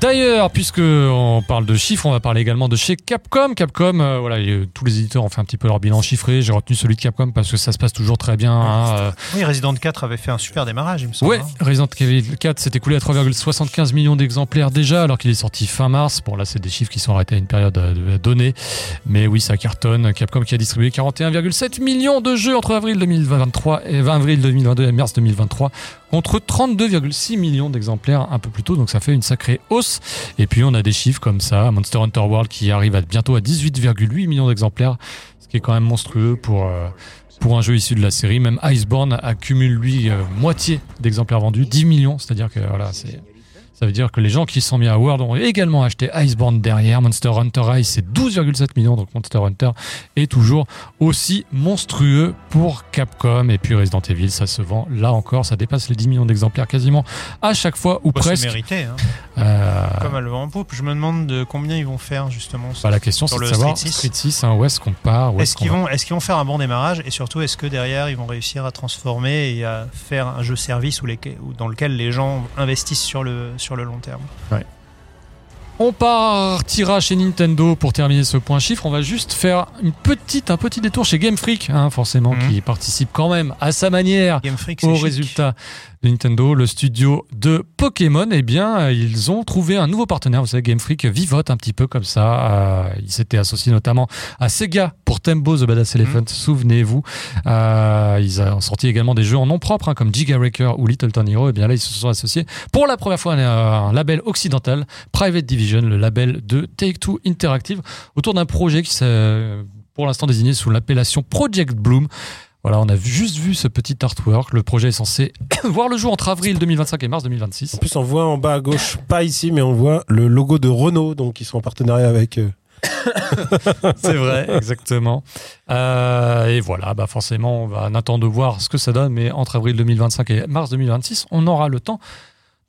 S1: D'ailleurs, puisque on parle de chiffres, on va parler également de chez Capcom. Capcom, euh, voilà, et, euh, tous les éditeurs ont fait un petit peu leur bilan chiffré. J'ai retenu celui de Capcom parce que ça se passe toujours très bien. hein, euh,
S2: Oui, Resident 4 avait fait un super démarrage, il me semble.
S1: Ouais,
S2: hein.
S1: Resident Evil 4 s'est écoulé à 3,75 millions d'exemplaires déjà, alors qu'il est sorti fin mars. Bon, là, c'est des chiffres qui sont arrêtés à une période euh, donnée. Mais oui, ça cartonne. Capcom qui a distribué 41,7 millions de jeux entre avril 2023 et 20 avril 2022 et mars 2023 contre 32,6 millions d'exemplaires un peu plus tôt, donc ça fait une sacrée hausse. Et puis on a des chiffres comme ça, Monster Hunter World qui arrive à bientôt à 18,8 millions d'exemplaires, ce qui est quand même monstrueux pour, euh, pour un jeu issu de la série. Même Iceborne accumule lui euh, moitié d'exemplaires vendus, 10 millions, c'est-à-dire que voilà, c'est... Ça veut dire que les gens qui se sont mis à World ont également acheté Iceborne derrière. Monster Hunter Rise, c'est 12,7 millions. Donc Monster Hunter est toujours aussi monstrueux pour Capcom. Et puis Resident Evil, ça se vend là encore. Ça dépasse les 10 millions d'exemplaires quasiment à chaque fois ou
S2: Bah, c'est
S1: presque.
S2: mérité, hein.
S1: Euh,
S2: comme à le vent en poupe. Je me demande de combien ils vont faire justement.
S1: bah, la question,
S2: Sur
S1: c'est de
S2: le
S1: savoir
S2: Street
S1: Street
S2: six.
S1: 6, hein, où est-ce qu'on part où
S2: Est-ce qu'ils
S1: qu'on
S2: vont, est-ce qu'ils vont faire un bon démarrage et surtout est-ce que derrière ils vont réussir à transformer et à faire un jeu service où les, où- dans lequel les gens investissent sur le, sur le long terme
S1: On partira chez Nintendo pour terminer ce point chiffre. On va juste faire une petite, un petit détour chez Game Freak, hein, forcément,
S2: Mhm.
S1: qui participe quand même à sa manière
S2: Game Freak, c'est
S1: au
S2: chic.
S1: résultat de Nintendo, le studio de Pokémon, eh bien, euh, ils ont trouvé un nouveau partenaire. Vous savez, Game Freak vivote un petit peu comme ça. Euh, ils s'étaient associés notamment à Sega pour Tembo The Badass
S2: Mhm.
S1: Elephant, souvenez-vous. Euh, ils ont sorti également des jeux en nom propre, hein, comme Giga Wrecker ou Little Town Hero. Eh bien, là, ils se sont associés pour la première fois à un un label occidental, Private Division, le label de Take-Two Interactive, autour d'un projet qui s'est euh, pour l'instant désigné sous l'appellation Project Bloom. Voilà, on a vu- juste vu ce petit artwork. Le projet est censé voir le jour entre avril 2025 et mars
S3: En
S1: 2026.
S3: plus, on voit en bas à gauche, pas ici, mais on voit le logo de Renault, donc ils sont en partenariat avec. euh,
S1: C'est vrai, exactement. Euh, et voilà, bah forcément, on va en attendre de voir ce que ça donne, mais entre avril 2025 et mars 2026, on aura le temps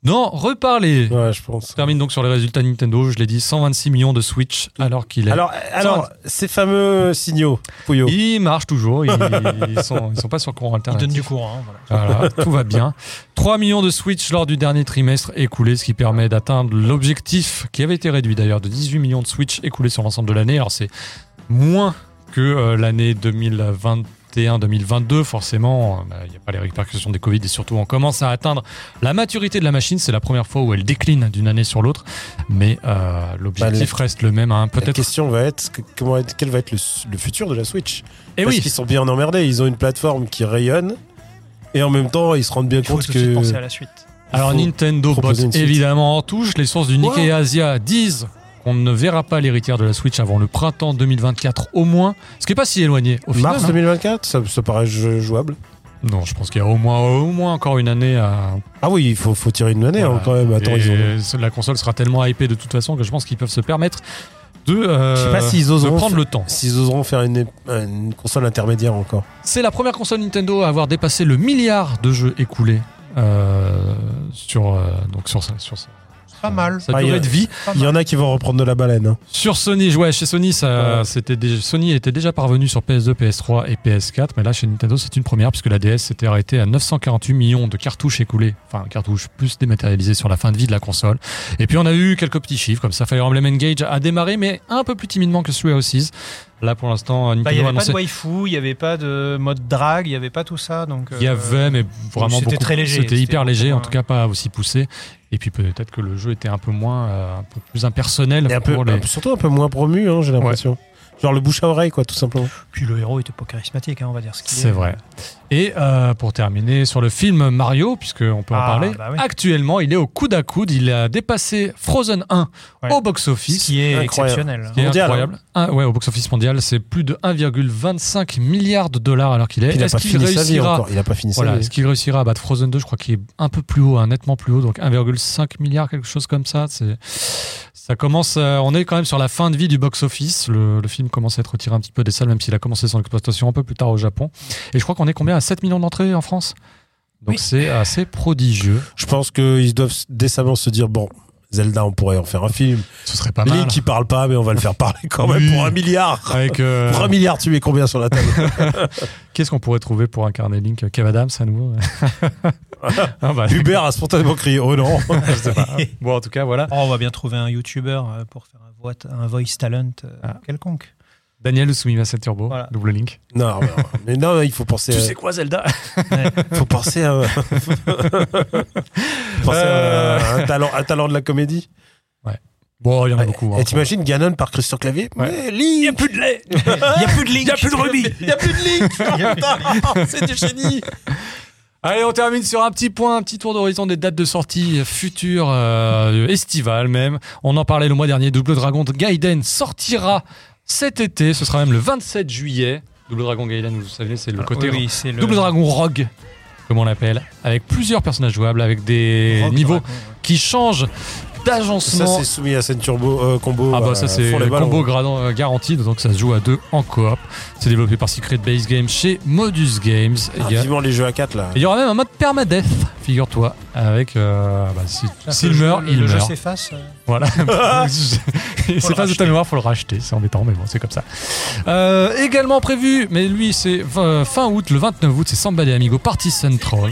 S1: d'en reparler.
S3: Ouais, je pense.
S1: On termine donc sur les résultats Nintendo. Je l'ai dit, 126 millions de Switch, alors qu'il est.
S3: Alors, alors, ces fameux signaux, Pouillot.
S1: Ils marchent toujours, ils, ils sont, ils sont pas sur courant
S2: Ils
S1: alternatif.
S2: donnent du courant. hein, voilà.
S1: Voilà, tout va bien. 3 millions de Switch lors du dernier trimestre écoulé, ce qui permet d'atteindre l'objectif qui avait été réduit d'ailleurs de 18 millions de Switch écoulés sur l'ensemble de l'année. Alors c'est moins que euh, l'année 2021-2022, forcément. Euh, bah, Il n'y a pas les répercussions des Covid et surtout on commence à atteindre la maturité de la machine. C'est la première fois où elle décline d'une année sur l'autre. Mais euh, l'objectif reste le même. hein.
S3: Bah, La
S1: Peut-être.
S3: question va être, que- comment être- quel va être le, s- le futur de la Switch
S1: Eh
S3: Parce
S1: oui,
S3: qu'ils sont bien emmerdés, ils ont une plateforme qui rayonne, et en même temps, ils se rendent bien
S2: Il faut
S3: compte
S2: tout de suite
S3: que...
S2: penser à la suite.
S1: Alors
S3: faut
S1: Nintendo botte
S3: proposer une suite.
S1: évidemment en touche. Les sources du
S3: Quoi
S1: Nikkei Asia disent qu'on ne verra pas l'héritière de la Switch avant le printemps 2024 au moins. Ce qui n'est pas si éloigné au final.
S3: Mars
S1: hein.
S3: 2024, ça, ça paraît jou- jouable.
S1: Non, je pense qu'il y a au moins, au moins encore une année à...
S3: Ah oui, il faut, faut tirer une année
S1: Voilà.
S3: hein, quand même. Attends,
S1: Et
S3: ils ont...
S1: La console sera tellement hypée de toute façon que je pense qu'ils peuvent se permettre de, euh,
S3: Je sais pas s'ils
S1: de
S3: oseront,
S1: prendre
S3: fa-
S1: le temps.
S3: s'ils oseront faire une, une console intermédiaire encore.
S1: C'est la première console Nintendo à avoir dépassé le milliard de jeux écoulés euh, sur, euh, donc sur, sa- sur sa-
S2: Pas mal.
S1: sa
S3: Ah, il y
S1: durée
S3: a-
S1: de vie.
S2: Pas
S3: Il y
S2: mal.
S3: en a qui vont reprendre de la baleine. hein.
S1: Sur Sony, ouais, chez Sony, ça,
S3: Ouais.
S1: c'était déjà- Sony était déjà parvenu sur PS2, PS3 et PS4, mais là chez Nintendo, c'est une première puisque la DS s'était arrêtée à 948 millions de cartouches écoulées, enfin cartouches plus dématérialisées sur la fin de vie de la console. Et puis on a eu quelques petits chiffres comme ça. Fire Emblem Engage a démarré, mais un peu plus timidement que Three Houses. Là pour l'instant, euh, Nintendo
S2: Bah, il n'y
S1: a
S2: avait pas
S1: annoncé.
S2: de waifu, il n'y avait pas de mode drag, il n'y avait pas tout ça. Donc,
S1: Il y
S2: euh,
S1: avait, mais vraiment
S2: c'était
S1: beaucoup.
S2: très léger,
S1: C'était
S2: c'était
S1: hyper léger,
S2: vraiment
S1: en tout cas pas aussi poussé. Et puis peut-être que le jeu était un peu moins, euh, un peu plus impersonnel
S3: Et un peu,
S1: pour les.
S3: un- surtout un peu moins promu, hein, j'ai l'impression. Genre le bouche à oreille, quoi, tout simplement.
S2: Puis le héros était pas charismatique, hein, on va dire ce qu'il est.
S1: C'est vrai. Et euh, pour terminer sur le film Mario, puisqu'on peut en
S2: Ah,
S1: parler,
S2: bah oui.
S1: actuellement il est au coude à coude, il a dépassé Frozen 1
S2: Ouais.
S1: au
S2: Ce
S1: box-office.
S2: qui est hein.
S3: Incroyable.
S2: exceptionnel.
S1: qui est
S3: Mondial,
S1: incroyable. Un- ouais, au box-office mondial, c'est plus de 1,25 milliard de dollars alors qu'il est.
S3: Puis il a
S1: Est-ce
S3: pas
S1: qu'il
S3: fini sa vie
S1: réussira
S3: encore. Il a pas fini
S1: voilà,
S3: sa vie.
S1: est-ce qu'il réussira à battre Frozen 2 Je crois qu'il est un peu plus haut, hein, nettement plus haut, donc 1,5 milliard, quelque chose comme ça. C'est, ça commence. euh, on est quand même sur la fin de vie du box-office. Le, le film commence à être retiré un petit peu des salles, même s'il a commencé son exploitation un peu plus tard au Japon. Et je crois qu'on est combien à 7 millions d'entrées en France Donc
S2: Oui.
S1: c'est assez prodigieux.
S3: Je pense qu'ils doivent décemment se dire bon, Zelda, on pourrait en faire un film.
S1: Ce serait pas mal.
S3: Link, il parle pas, mais on va le faire parler quand
S1: Oui.
S3: même pour un milliard.
S1: Avec, euh,
S3: Pour un milliard, tu mets combien sur la table
S1: qu'est-ce qu'on pourrait trouver pour incarner Link Kev Adams à nouveau Ah bah,
S3: Hubert a spontanément crié Oh non Je sais pas.
S1: bon, en tout cas, voilà.
S2: Oh, on va bien trouver un YouTuber euh, pour faire un, voit- un voice talent euh,
S1: Ah.
S2: quelconque.
S1: Daniel Usumimasen Turbo,
S2: Voilà.
S1: double link.
S3: Non, mais, mais non, il faut penser. à-
S1: quoi, Zelda
S3: faut penser à. penser à-
S1: Euh.
S3: à un, talent, un talent de la comédie.
S1: Bon, il y en a beaucoup. hein.
S3: Et t'imagines Ganon par Christian Clavier Mais Link
S1: plus de lait
S2: Ah. Il n'y a plus de Link.
S1: Y a plus de rubis.
S3: Il n'y a plus de Link Putain, C'est du génie
S1: Allez, on termine sur un petit point, un petit tour d'horizon des dates de sortie futures, euh, estivales même. On en parlait le mois dernier, Double Dragon Gaiden sortira cet été, ce sera même le 27 juillet. Double Dragon Gaiden, vous savez, c'est le
S3: Ah
S1: côté
S2: Oui, oui, c'est le
S1: Double Dragon Rogue, comme on l'appelle, avec plusieurs personnages jouables, avec des
S2: Rogue
S1: niveaux
S2: Dragon, ouais.
S1: qui changent
S3: Ça,
S1: d'agencement.
S3: c'est soumis à scène turbo euh, combo.
S1: Ah bah ça
S3: euh,
S1: c'est
S3: font les ballons.
S1: combo gradant, euh, garanti, donc ça se joue à deux en coop. C'est développé par Secret Base Games chez Modus Games. Et
S3: Ah,
S1: il y a-
S3: vivement les jeux à 4 là.
S1: et hein. il y aura même un mode permadeath, figure-toi, avec... euh, bah, si- S'il
S2: Ah, Le jeu-
S1: meurt, il
S2: Le jeu
S1: meurt.
S2: s'efface. euh.
S1: Voilà. c'est pas de ta
S2: racheter.
S1: mémoire, faut le racheter, c'est embêtant, mais bon, c'est comme ça. Euh, également prévu, mais lui c'est fin fin août, le 29 août, c'est Samba des Amigo Party Central.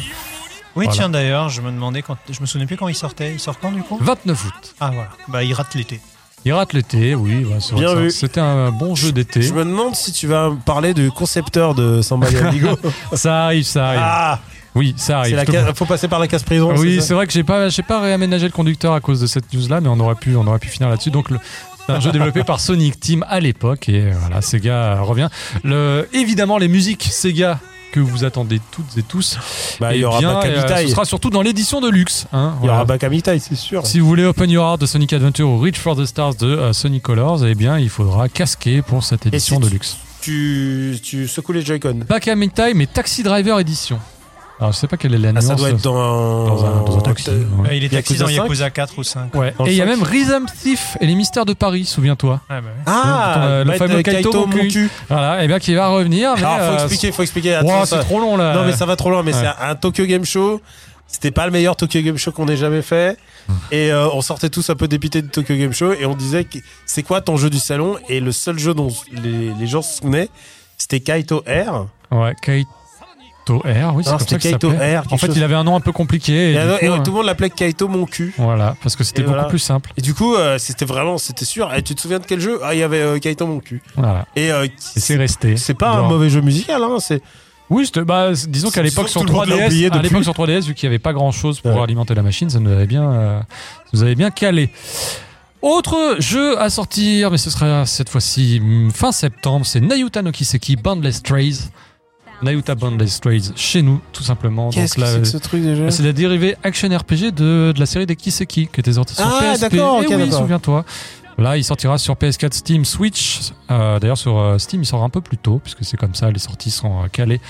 S2: Oui,
S1: Voilà.
S2: tiens d'ailleurs, je me demandais quand, je me souvenais plus quand il sortait. Il sort quand du coup
S1: 29 août.
S2: Ah voilà, bah il rate l'été.
S1: Il rate l'été, oui, bah, c'est vrai
S3: Bien
S1: que ça-
S3: vu.
S1: C'était un bon jeu d'été.
S3: Je me demande si tu vas parler du concepteur de Samba et
S1: Ah,
S3: Amigo.
S1: Ça arrive, ça arrive.
S3: ah
S1: oui, ça
S3: c'est
S1: arrive.
S3: la
S1: Tout le
S3: case- Faut passer par la case prison.
S1: Ah Oui,
S3: ça
S1: c'est vrai que j'ai pas, j'ai pas réaménagé le conducteur à cause de cette news là, mais on aurait pu, on aurait pu finir là-dessus. Donc, le- c'est un jeu développé par Sonic Team à l'époque et euh, voilà, Sega euh, revient. Le, évidemment, les musiques Sega que vous attendez toutes et tous.
S3: Bah, il
S1: eh
S3: y aura
S1: bien,
S3: Baka
S1: euh,
S3: Mitai.
S1: ce sera surtout dans l'édition de luxe. hein,
S3: Il y
S1: voilà.
S3: aura Bakamitai, c'est sûr.
S1: Si vous voulez Open Your Heart de Sonic Adventure ou Reach for the Stars de euh, Sonic Colors, eh bien, il faudra casquer pour cette édition
S3: si
S1: de
S3: tu-
S1: luxe.
S3: Tu, tu secoues les Joy-Con.
S1: Baka Mitai, mais Taxi Driver édition. Alors, je sais pas quelle est la
S3: Ah,
S1: nuance.
S3: ça doit être dans un,
S1: dans un, dans un taxi. hein. ouais.
S2: Euh, il est taxi
S3: Yakuza
S2: dans
S3: 5.
S2: Yakuza 4 ou 5.
S1: Ouais.
S3: Dans le
S1: Et il y a
S3: sac.
S1: même Rhythm Thief et les mystères de Paris, souviens-toi.
S2: Ah, bah, ouais.
S1: Attends, euh,
S3: Ah,
S1: le
S3: Maître
S1: fameux Kaito
S3: Kaito
S1: Mon cul.
S3: Moncu.
S1: Voilà, et bien qui va revenir. Mais,
S3: Alors,
S1: euh,
S3: Ah, faut expliquer, faut expliquer.
S1: Ouah,
S3: Attends,
S1: c'est
S3: ça-
S1: trop long là.
S3: Non, mais ça va trop loin, mais
S1: Ouais.
S3: c'est un Tokyo Game Show. C'était pas le meilleur Tokyo Game Show qu'on ait jamais fait.
S1: Hmm.
S3: Et euh, on sortait tous un peu dépités de Tokyo Game Show et on disait que c'est quoi ton jeu du salon Et le seul jeu dont les, les gens se souvenaient, c'était Kaito Air.
S1: Ouais, Kaito R, oui, c'est
S3: Non,
S1: comme ça
S3: Ah, c'était
S1: qu'il
S3: Kaito
S1: s'appelait.
S3: Air.
S1: En fait, il avait un nom un peu compliqué. Et
S3: et,
S1: du
S3: alors-
S1: coup,
S3: et
S1: euh,
S3: tout le monde l'appelait Kaito Mon cul.
S1: Voilà, parce que c'était
S3: Et
S1: beaucoup
S3: voilà.
S1: plus simple.
S3: Et du coup, euh, c'était vraiment, c'était sûr. Et tu te souviens de quel jeu Ah, il y avait euh, Kaito Mon cul.
S1: Voilà,
S3: Et euh,
S1: et c'est resté.
S3: c'est pas un
S1: Genre.
S3: mauvais jeu musical, hein. C'est
S1: Oui, c'était- bah, c'est- disons qu'à
S3: C'est-
S1: l'époque sur
S3: disons que tout le monde l'a
S1: 3DS,
S3: oublié
S1: à
S3: depuis.
S1: l'époque sur 3DS, vu qu'il n'y avait pas grand chose pour
S3: Ouais.
S1: alimenter la machine, ça nous avait bien, euh, ça nous avait bien calé. Autre jeu à sortir, mais ce sera cette fois-ci hum, fin septembre, c'est Nayuta no Kiseki Boundless Trails. Nayuta Boundless Trails chez nous, tout simplement. Donc
S3: qu'est-ce que
S1: là, euh,
S3: c'est que ce truc déjà
S1: c'est la dérivée action RPG de, de la série des Kiseki qui était sortie sur
S3: Ah,
S1: PSP.
S3: d'accord,
S1: Eh
S3: ok,
S1: oui,
S3: d'accord.
S1: souviens-toi. Là, il sortira sur PS4, Steam, Switch. Euh, D'ailleurs, sur euh, Steam, il sort un peu plus tôt, puisque c'est comme ça, les sorties sont euh, calées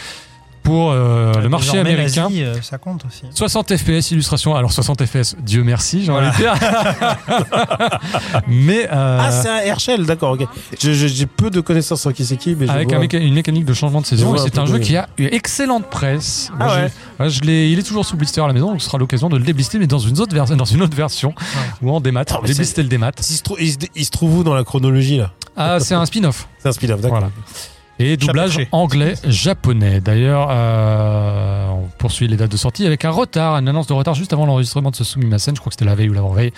S1: pour euh, le marché
S2: Désormais,
S1: américain. Oh,
S2: l'Asie, euh, ça compte aussi.
S1: 60 FPS illustration. Alors 60 FPS, Dieu merci, j'ai
S2: Voilà.
S1: envie de dire. Mais euh,
S3: Ah, c'est un Herschel, d'accord, ok. Je- je- J'ai peu de connaissances en Kiseki, mais je
S1: avec
S3: vois.
S1: un méca- une mécanique de changement de saison.
S3: Je
S1: Et
S3: vois un
S1: c'est
S3: peu
S1: un
S3: de-
S1: jeu qui a une excellente presse. Moi,
S3: Ah
S1: je-
S3: ouais.
S1: moi, je l'ai- il est toujours sous blister à la maison, donc ce sera l'occasion de le déblister, mais dans une autre, vers- dans une autre version, ou en démat.
S3: Ah, mais
S1: déblister le démat.
S3: Il se, trou- il se- il se trouve où dans la chronologie là
S1: Ah, c'est un spin-off.
S3: C'est un speed-up, d'accord.
S1: Voilà. Et doublage
S2: Chapeauché.
S1: anglais-japonais. D'ailleurs, euh, on poursuit les dates de sortie avec un retard, une annonce de retard juste avant l'enregistrement de ce Sumimasen. Je crois que c'était la veille ou l'avant-veille.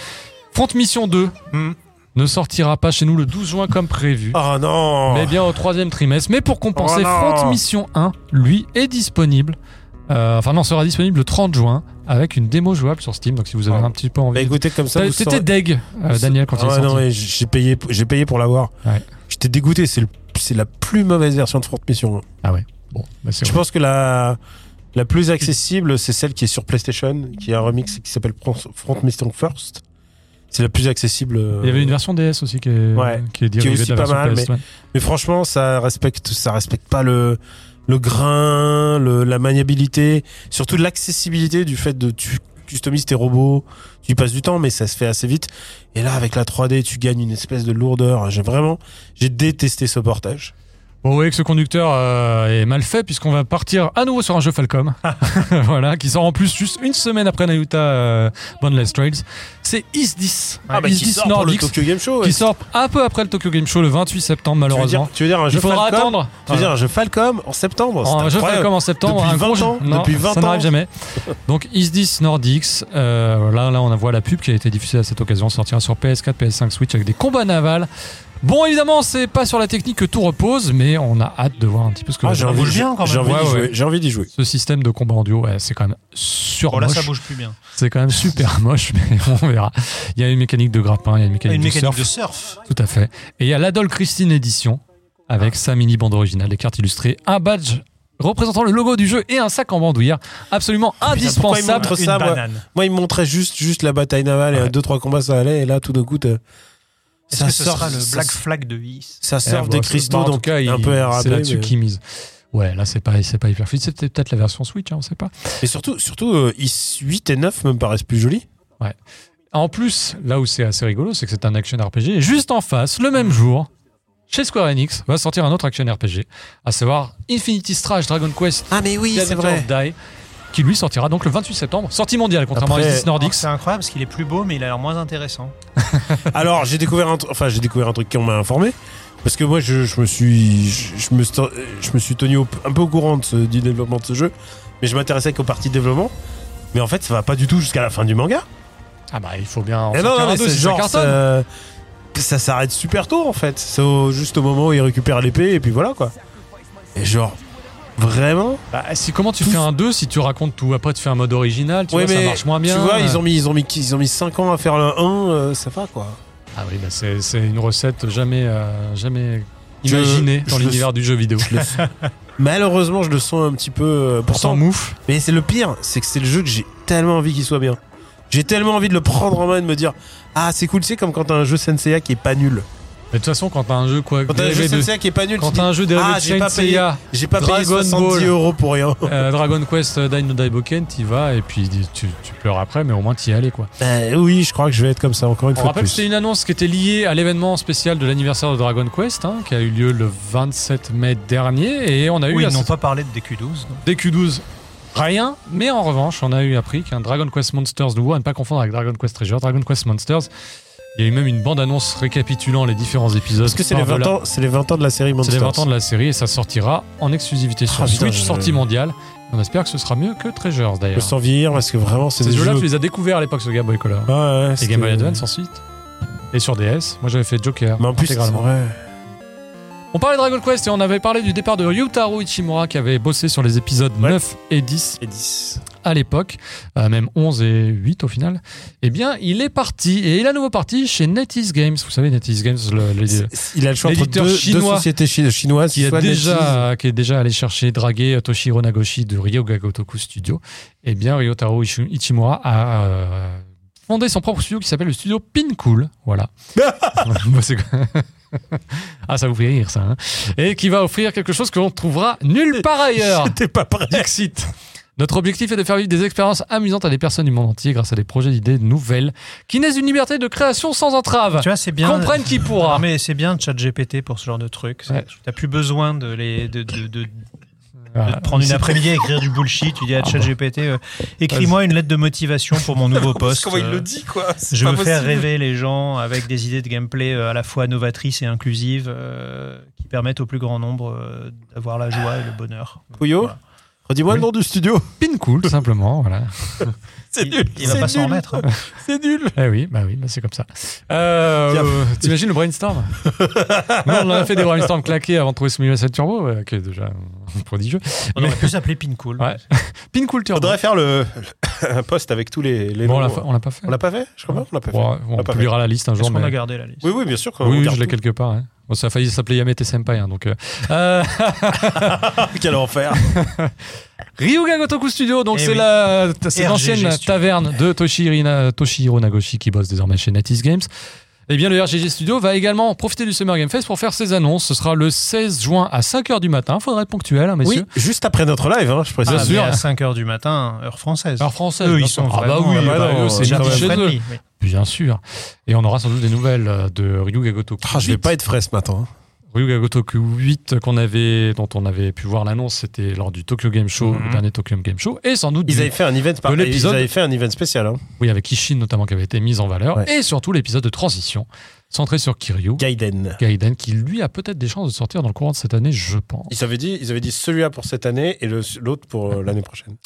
S1: Front Mission 2
S2: Hmm.
S1: ne sortira pas chez nous le 12 juin comme prévu.
S3: Oh non
S1: Mais bien au troisième trimestre. Mais pour compenser,
S3: Oh non.
S1: Front Mission 1, lui, est disponible. euh, enfin, non, sera disponible le 30 juin avec une démo jouable sur Steam. Donc, si vous avez
S3: Oh.
S1: un petit peu envie.
S3: Bah écoutez, comme ça,
S1: T'as-
S3: vous
S1: T'étais
S3: saurez-
S1: deg, euh, Daniel, quand
S3: Ah
S1: il est
S3: ouais,
S1: sorti.
S3: non, mais j'ai payé, j'ai payé pour l'avoir.
S1: Ouais.
S3: J'étais dégoûté, c'est le- c'est la plus mauvaise version de Front Mission.
S1: Bon, bah, c'est
S3: Je pense que la, la plus accessible, c'est celle qui est sur PlayStation, qui a un remix qui s'appelle Front Front Mission First. C'est la plus accessible. euh,
S1: Il y avait une version DS aussi qui est,
S3: Ouais.
S1: qui est dérivée
S3: aussi
S1: de la
S3: pas
S1: version
S3: mal,
S1: PS, ouais.
S3: Mais franchement, ça respecte, ça respecte pas le, le grain, le- la maniabilité, surtout l'accessibilité du fait de tu customises tes robots, tu y passes du temps, mais ça se fait assez vite. Et là, avec la 3D, tu gagnes une espèce de lourdeur. J'ai vraiment, j'ai détesté ce portage.
S1: Bon, vous voyez que ce conducteur euh, est mal fait puisqu'on va partir à nouveau sur un jeu Falcom. voilà, qui sort en plus juste une semaine après Nayuta euh, Boundless Trails. C'est Is 10.
S3: Ah, bah,
S1: Is
S3: qui
S1: 10
S3: sort pour le
S1: Nordics
S3: Tokyo Game Show. ouais.
S1: qui sort un peu après le Tokyo Game Show le 28 septembre
S3: Tu veux dire,
S1: malheureusement.
S3: tu veux dire un jeu
S1: Il faudra
S3: Falcom
S1: attendre.
S3: Tu veux dire un jeu Falcom en septembre
S1: Un
S3: c'est
S1: jeu
S3: incroyable.
S1: Falcom en septembre,
S3: Depuis
S1: un gros
S3: 20 ans,
S1: jeu. Non,
S3: depuis 20
S1: ça n'arrive
S3: ans.
S1: jamais. Donc Is 10 Nordics, euh, là, là on a voit la pub qui a été diffusée à cette occasion, sortira sur PS4, PS5, Switch avec des combats navals. Bon évidemment c'est pas sur la technique que tout repose, mais on a hâte de voir un petit peu ce que
S3: Ah,
S1: va
S3: j'ai
S1: donner.
S3: envie
S2: bouge
S3: d'y-
S2: bien, quand même.
S3: J'ai envie d'y
S1: Ouais, ouais.
S3: jouer. J'ai envie d'y jouer.
S1: ce système de combat en duo, ouais, c'est quand même sur
S3: Oh,
S2: Bon, là, ça
S1: moche.
S2: bouge plus bien.
S1: C'est quand même super moche, mais on verra. Il y a une mécanique de grappin, il y a une
S2: Une
S3: Ah,
S1: mécanique, de,
S2: mécanique
S1: surf,
S2: de surf.
S1: tout à fait. Et il y a l'Adol Christine Edition avec sa mini bande originale, des cartes illustrées, un badge représentant le logo du jeu et un sac en bandoulière absolument
S3: Ah, pourquoi ils
S1: indispensable.
S3: montrent
S2: Une
S3: ça, moi.
S2: banane.
S3: Moi, il me montrait juste, juste la bataille navale et
S1: Ouais.
S3: deux, trois combats, ça allait. Et là, tout d'un coup, t'as-
S2: Est-ce
S3: ça
S2: que ce
S3: sort,
S2: sera le
S3: ça-
S2: Black Flag de Is
S3: ça sort
S1: Eh,
S3: des
S1: bon,
S3: cristaux,
S1: bah, en
S3: donc
S1: tout cas,
S3: un
S1: il-
S3: peu RAB.
S1: C'est là-dessus
S3: mais-
S1: qu'ils misent. Ouais, là c'est pas, c'est pas hyper fluide, c'est peut-être peut-être la version Switch, hein, on sait pas.
S3: Et surtout, surtout euh, IS 8 et 9 me paraissent plus jolis.
S1: En plus, là où c'est assez rigolo, c'est que c'est un action RPG. Et juste en face, le même jour, chez Square Enix, va sortir un autre action RPG, à savoir Infinity Strash Dragon Quest
S3: Ah, mais oui,
S1: The Adventure of Die, qui lui sortira donc le 28 septembre, sortie mondiale, contrairement
S3: Après-
S1: à Isis
S2: Alors,
S1: Nordics. Ah
S2: C'est incroyable parce qu'il est plus beau, mais il a l'air moins intéressant.
S3: Alors, j'ai découvert un truc, enfin, j'ai découvert un truc qu'on m'a informé. Parce que moi, je, je me suis, je, je me, sto- je me suis tenu au- un peu au courant de ce- du développement de ce jeu, mais je m'intéressais qu'aux parties de développement. Mais en fait, ça va pas du tout jusqu'à la fin du manga.
S1: Ah bah il faut bien en
S3: Eh non,
S1: sortir
S3: non,
S1: un
S3: mais
S1: deux,
S3: c'est
S1: si ça
S3: genre,
S1: cartonne.
S3: ça, ça s'arrête super tôt en fait. C'est au- juste au moment où il récupère l'épée et puis voilà quoi. Et genre, vraiment
S1: Bah, si, comment tu
S3: Tout-
S1: fais un 2 si tu racontes tout Après tu fais un mode original, tu
S3: Ouais,
S1: vois, ça
S3: mais
S1: marche moins bien. euh.
S3: Tu vois, ils ont mis, ils ont mis, ils ont mis 5 ans à faire le 1, euh, ça va quoi.
S1: Ah oui, bah, c'est c'est une recette jamais, euh, jamais
S3: Je-
S1: imaginée
S3: je
S1: dans
S3: le-
S1: l'univers du jeu vidéo.
S3: Malheureusement, je le sens un petit peu. euh,
S1: Pourtant
S3: pourtant,
S1: mouf.
S3: mais c'est le pire, c'est que c'est le jeu que j'ai tellement envie qu'il soit bien. J'ai tellement envie de le prendre en main et de me dire Ah, c'est cool, c'est comme quand t'as un jeu Senseiya qui est pas nul.
S1: Mais de toute façon, quand t'as un jeu quoi,
S3: Quand t'as un jeu
S1: dérivé de-
S3: Senseiya qui est pas nul,
S1: quand
S3: tu
S1: t'as
S3: dis
S1: un jeu dérivé
S3: Ah,
S1: de Saint
S3: j'ai pas payé.
S1: Seiya,
S3: J'ai pas payé
S1: Dragon
S3: 70
S1: Ball.
S3: euros pour rien.
S1: euh, Dragon Quest, euh, Die No Die Boken, t'y vas et puis tu, tu pleures après, mais au moins t'y es allé quoi.
S3: Euh, oui, je crois que je vais être comme ça encore une
S1: On
S3: fois. de
S1: rappelle que
S3: plus.
S1: c'était une annonce qui était liée à l'événement spécial de l'anniversaire de Dragon Quest, hein, qui a eu lieu le 27 mai dernier, et on a eu
S2: Oui,
S1: à
S2: ils n'ont
S1: cette
S2: pas parlé de DQ12. donc.
S1: DQ12 rien, mais en revanche, on a eu appris qu'un Dragon Quest Monsters nouveau, à ne pas confondre avec Dragon Quest Treasure, Dragon Quest Monsters. Il y a eu même une bande-annonce récapitulant les différents épisodes.
S3: Parce que c'est les,
S1: par-delà.
S3: 20 ans, c'est les 20 ans de la série
S1: C'est
S3: Monsters.
S1: les 20 ans de la série et ça sortira en exclusivité sur
S3: Ah, putain,
S1: Switch,
S3: je-
S1: sortie mondiale. On espère que ce sera mieux que Treasures
S3: Je
S1: d'ailleurs.
S3: me sens vieillir parce que vraiment, c'est
S1: Ces
S3: des
S1: jeux-là,
S3: jeux.
S1: tu les as découverts à l'époque sur Game Boy Color.
S3: Ouais, ouais,
S1: Et
S3: c'était-
S1: Game Boy Advance ensuite. Et sur DS. Moi j'avais fait Joker.
S3: Mais en plus, c'est
S1: intégralement.
S3: vrai.
S1: On parlait de Dragon Quest et on avait parlé du départ de Ryutaro Ichimura qui avait bossé sur les épisodes
S3: Ouais.
S1: 9 et 10
S3: Et 10.
S1: à l'époque, euh, même 11 et 8 au final, eh bien, il est parti. Et il est à nouveau parti chez NetEase Games. Vous savez, NetEase Games, le, le-
S3: C'est- c'est- Il a le choix entre
S1: l'éditeur
S3: deux, deux
S1: chinois
S3: sociétés chi- chinoises.
S1: qui, est
S3: soit NetEase-
S1: déjà, qui est déjà allé chercher, draguer Toshiro Nagoshi de Ryoga Gotoku Studio. Eh bien, Ryotaro Ichi- Ichimura a euh, fondé son propre studio qui s'appelle le studio Pincool. Voilà. Bah, c'est quoi ah, ça vous fait rire, ça. hein. Et qui va offrir quelque chose que l'on trouvera nulle part ailleurs.
S3: J'étais pas prêt.
S1: Dixit. Notre objectif est de faire vivre des expériences amusantes à des personnes du monde entier grâce à des projets d'idées nouvelles qui naissent d'une liberté de création sans entrave.
S2: Tu vois, Ah, c'est bien.
S1: Comprenne Bah, qui pourra.
S2: Non, mais c'est bien ChatGPT pour ce genre de truc.
S1: Ouais.
S2: T'as plus besoin de, les, de, de- de- de
S1: Voilà.
S2: prendre une après-midi à écrire du bullshit. Tu dis à
S1: Bah, Ah
S2: ChatGPT, euh, écris-moi une lettre de motivation pour mon nouveau poste.
S4: Comment il
S2: euh,
S4: le dit, quoi C'est
S2: Je
S4: pas
S2: veux faire
S4: possible.
S2: rêver les gens avec des idées de gameplay euh, à la fois novatrices et inclusives euh, qui permettent au plus grand nombre euh, d'avoir la joie et le bonheur.
S3: Puyo,
S2: Voilà.
S3: redis-moi
S1: Oui.
S3: le nom du studio.
S1: Pin cool, simplement. Voilà.
S4: C'est
S2: Il,
S4: nul.
S2: il va
S4: c'est
S2: pas s'en
S4: nul.
S2: remettre. hein.
S4: C'est nul.
S1: Eh oui, bah oui, bah c'est comme ça. Euh,
S3: Tiens.
S1: euh, T'imagines le brainstorm Nous, on a fait des brainstorms claqués avant de trouver ce milieu à 7 turbo, euh, qui est déjà un prodigieux.
S2: On aurait pu s'appeler Pincool.
S1: Ouais. Pin cool turbo.
S3: Faudrait faire le, un post avec tous les, les
S1: Bon, on
S3: noms. euh.
S1: l'a fa- on l'a pas fait.
S3: On l'a pas fait Je crois pas. On l'a pas fait.
S1: Bon, on
S3: l'a pas
S1: publiera la liste un
S2: Est-ce
S1: jour.
S2: qu'on
S1: mais-
S2: a gardé la liste
S3: Oui, oui, bien sûr. qu'on
S1: Oui, oui,
S3: regarde
S1: je l'ai
S3: tout.
S1: quelque part. hein. Bon, ça a failli s'appeler Yamete Senpai, hein, donc. euh, euh,
S3: Quel enfer.
S1: Ryuga Gotoku Studio, donc
S2: Eh
S1: c'est
S2: oui.
S1: la, c'est
S2: RGG
S1: l'ancienne
S2: Studio.
S1: taverne de Toshihiro, Na- Toshihiro Nagoshi qui bosse désormais chez Natis Games. Eh bien, le RGG Studio va également profiter du Summer Game Fest pour faire ses annonces. Ce sera le 16 juin à 5h du matin. Faudra être ponctuel, hein,
S3: oui,
S1: messieurs.
S3: juste après notre live, hein, je précise.
S1: bien
S2: Ah,
S1: sûr.
S2: mais à 5 h du matin, heure française.
S1: Alors, français,
S2: eux, ils sont
S1: Ah, bah
S2: vraiment- euh,
S1: oui,
S3: bah
S1: bah,
S3: non,
S1: eux, c'est
S3: quand
S1: midi
S3: même
S1: chez eux.
S2: friendly, oui.
S1: Bien sûr. Et on aura sans doute des nouvelles euh, de Ryuga Gotoku.
S3: Ah, je vais
S1: Huit.
S3: pas être frais ce matin. hein.
S1: Ryuga Go Tokyo 8 qu'on avait, dont on avait pu voir l'annonce, c'était lors du Tokyo Game Show,
S2: Mhm.
S1: le dernier Tokyo Game Show, et sans doute
S3: Ils
S1: du-
S3: avaient fait un event par... Ils
S1: l'épisode.
S3: avaient fait un event spécial. Hein.
S1: oui, avec Ishin notamment qui avait été mise en valeur,
S3: Ouais.
S1: et surtout l'épisode de transition centré sur Kiryu,
S3: Gaiden.
S1: Gaiden, qui lui a peut-être des chances de sortir dans le courant de cette année, je pense.
S3: Ils avaient dit, ils avaient dit celui-là pour cette année et le- l'autre pour euh, l'année prochaine.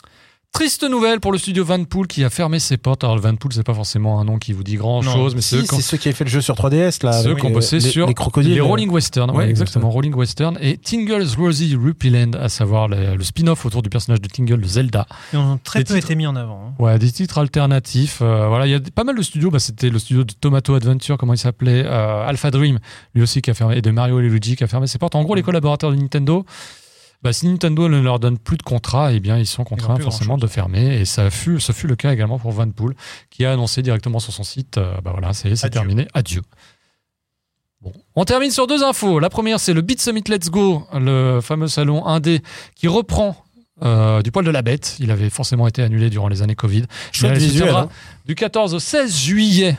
S1: Triste nouvelle pour le studio Vanpool qui a fermé ses portes. Alors le Vanpool, c'est pas forcément un nom qui vous dit grand-chose, mais c'est eux
S3: Si,
S1: qui ont-
S3: c'est ceux qui avaient fait le jeu sur 3DS là.
S1: ceux
S3: avec
S1: qui ont
S3: les-
S1: bossé
S3: les-
S1: sur
S3: les crocodiles.
S1: Les Rolling Western, ouais,
S3: Rolling
S1: exactement, Rolling Western et Tingle's Rosie Rupiland, à savoir le, le spin-off autour du personnage de Tingle de Zelda.
S2: Ils ont très
S1: Des
S2: peu
S1: titres.
S2: été mis en avant. hein.
S1: Ouais, des titres alternatifs. euh, voilà, il y a d- pas mal de studios. Bah, c'était le studio de Tomato Adventure, comment il s'appelait, euh, Alpha Dream, lui aussi qui a fermé, et de Mario et Luigi qui a fermé ses portes. En gros, les collaborateurs de Nintendo. Bah, si Nintendo ne leur donne plus de contrat, eh bien ils sont contraints
S2: plus
S1: forcément de fermer. Et ça fut, ce fut le cas également pour Vanpool, qui a annoncé directement sur son site, euh, bah voilà, ça y est, c'est
S2: Adieu.
S1: terminé, adieu. Bon. On termine sur deux infos. La première, c'est le Beat Summit Let's Go, le fameux salon indé qui reprend euh, du poil de la bête. Il avait forcément été annulé durant les années Covid.
S3: Chouette
S1: Mais elle se
S3: visuel,
S1: tiendra
S3: hein.
S1: Du 14 au 16 juillet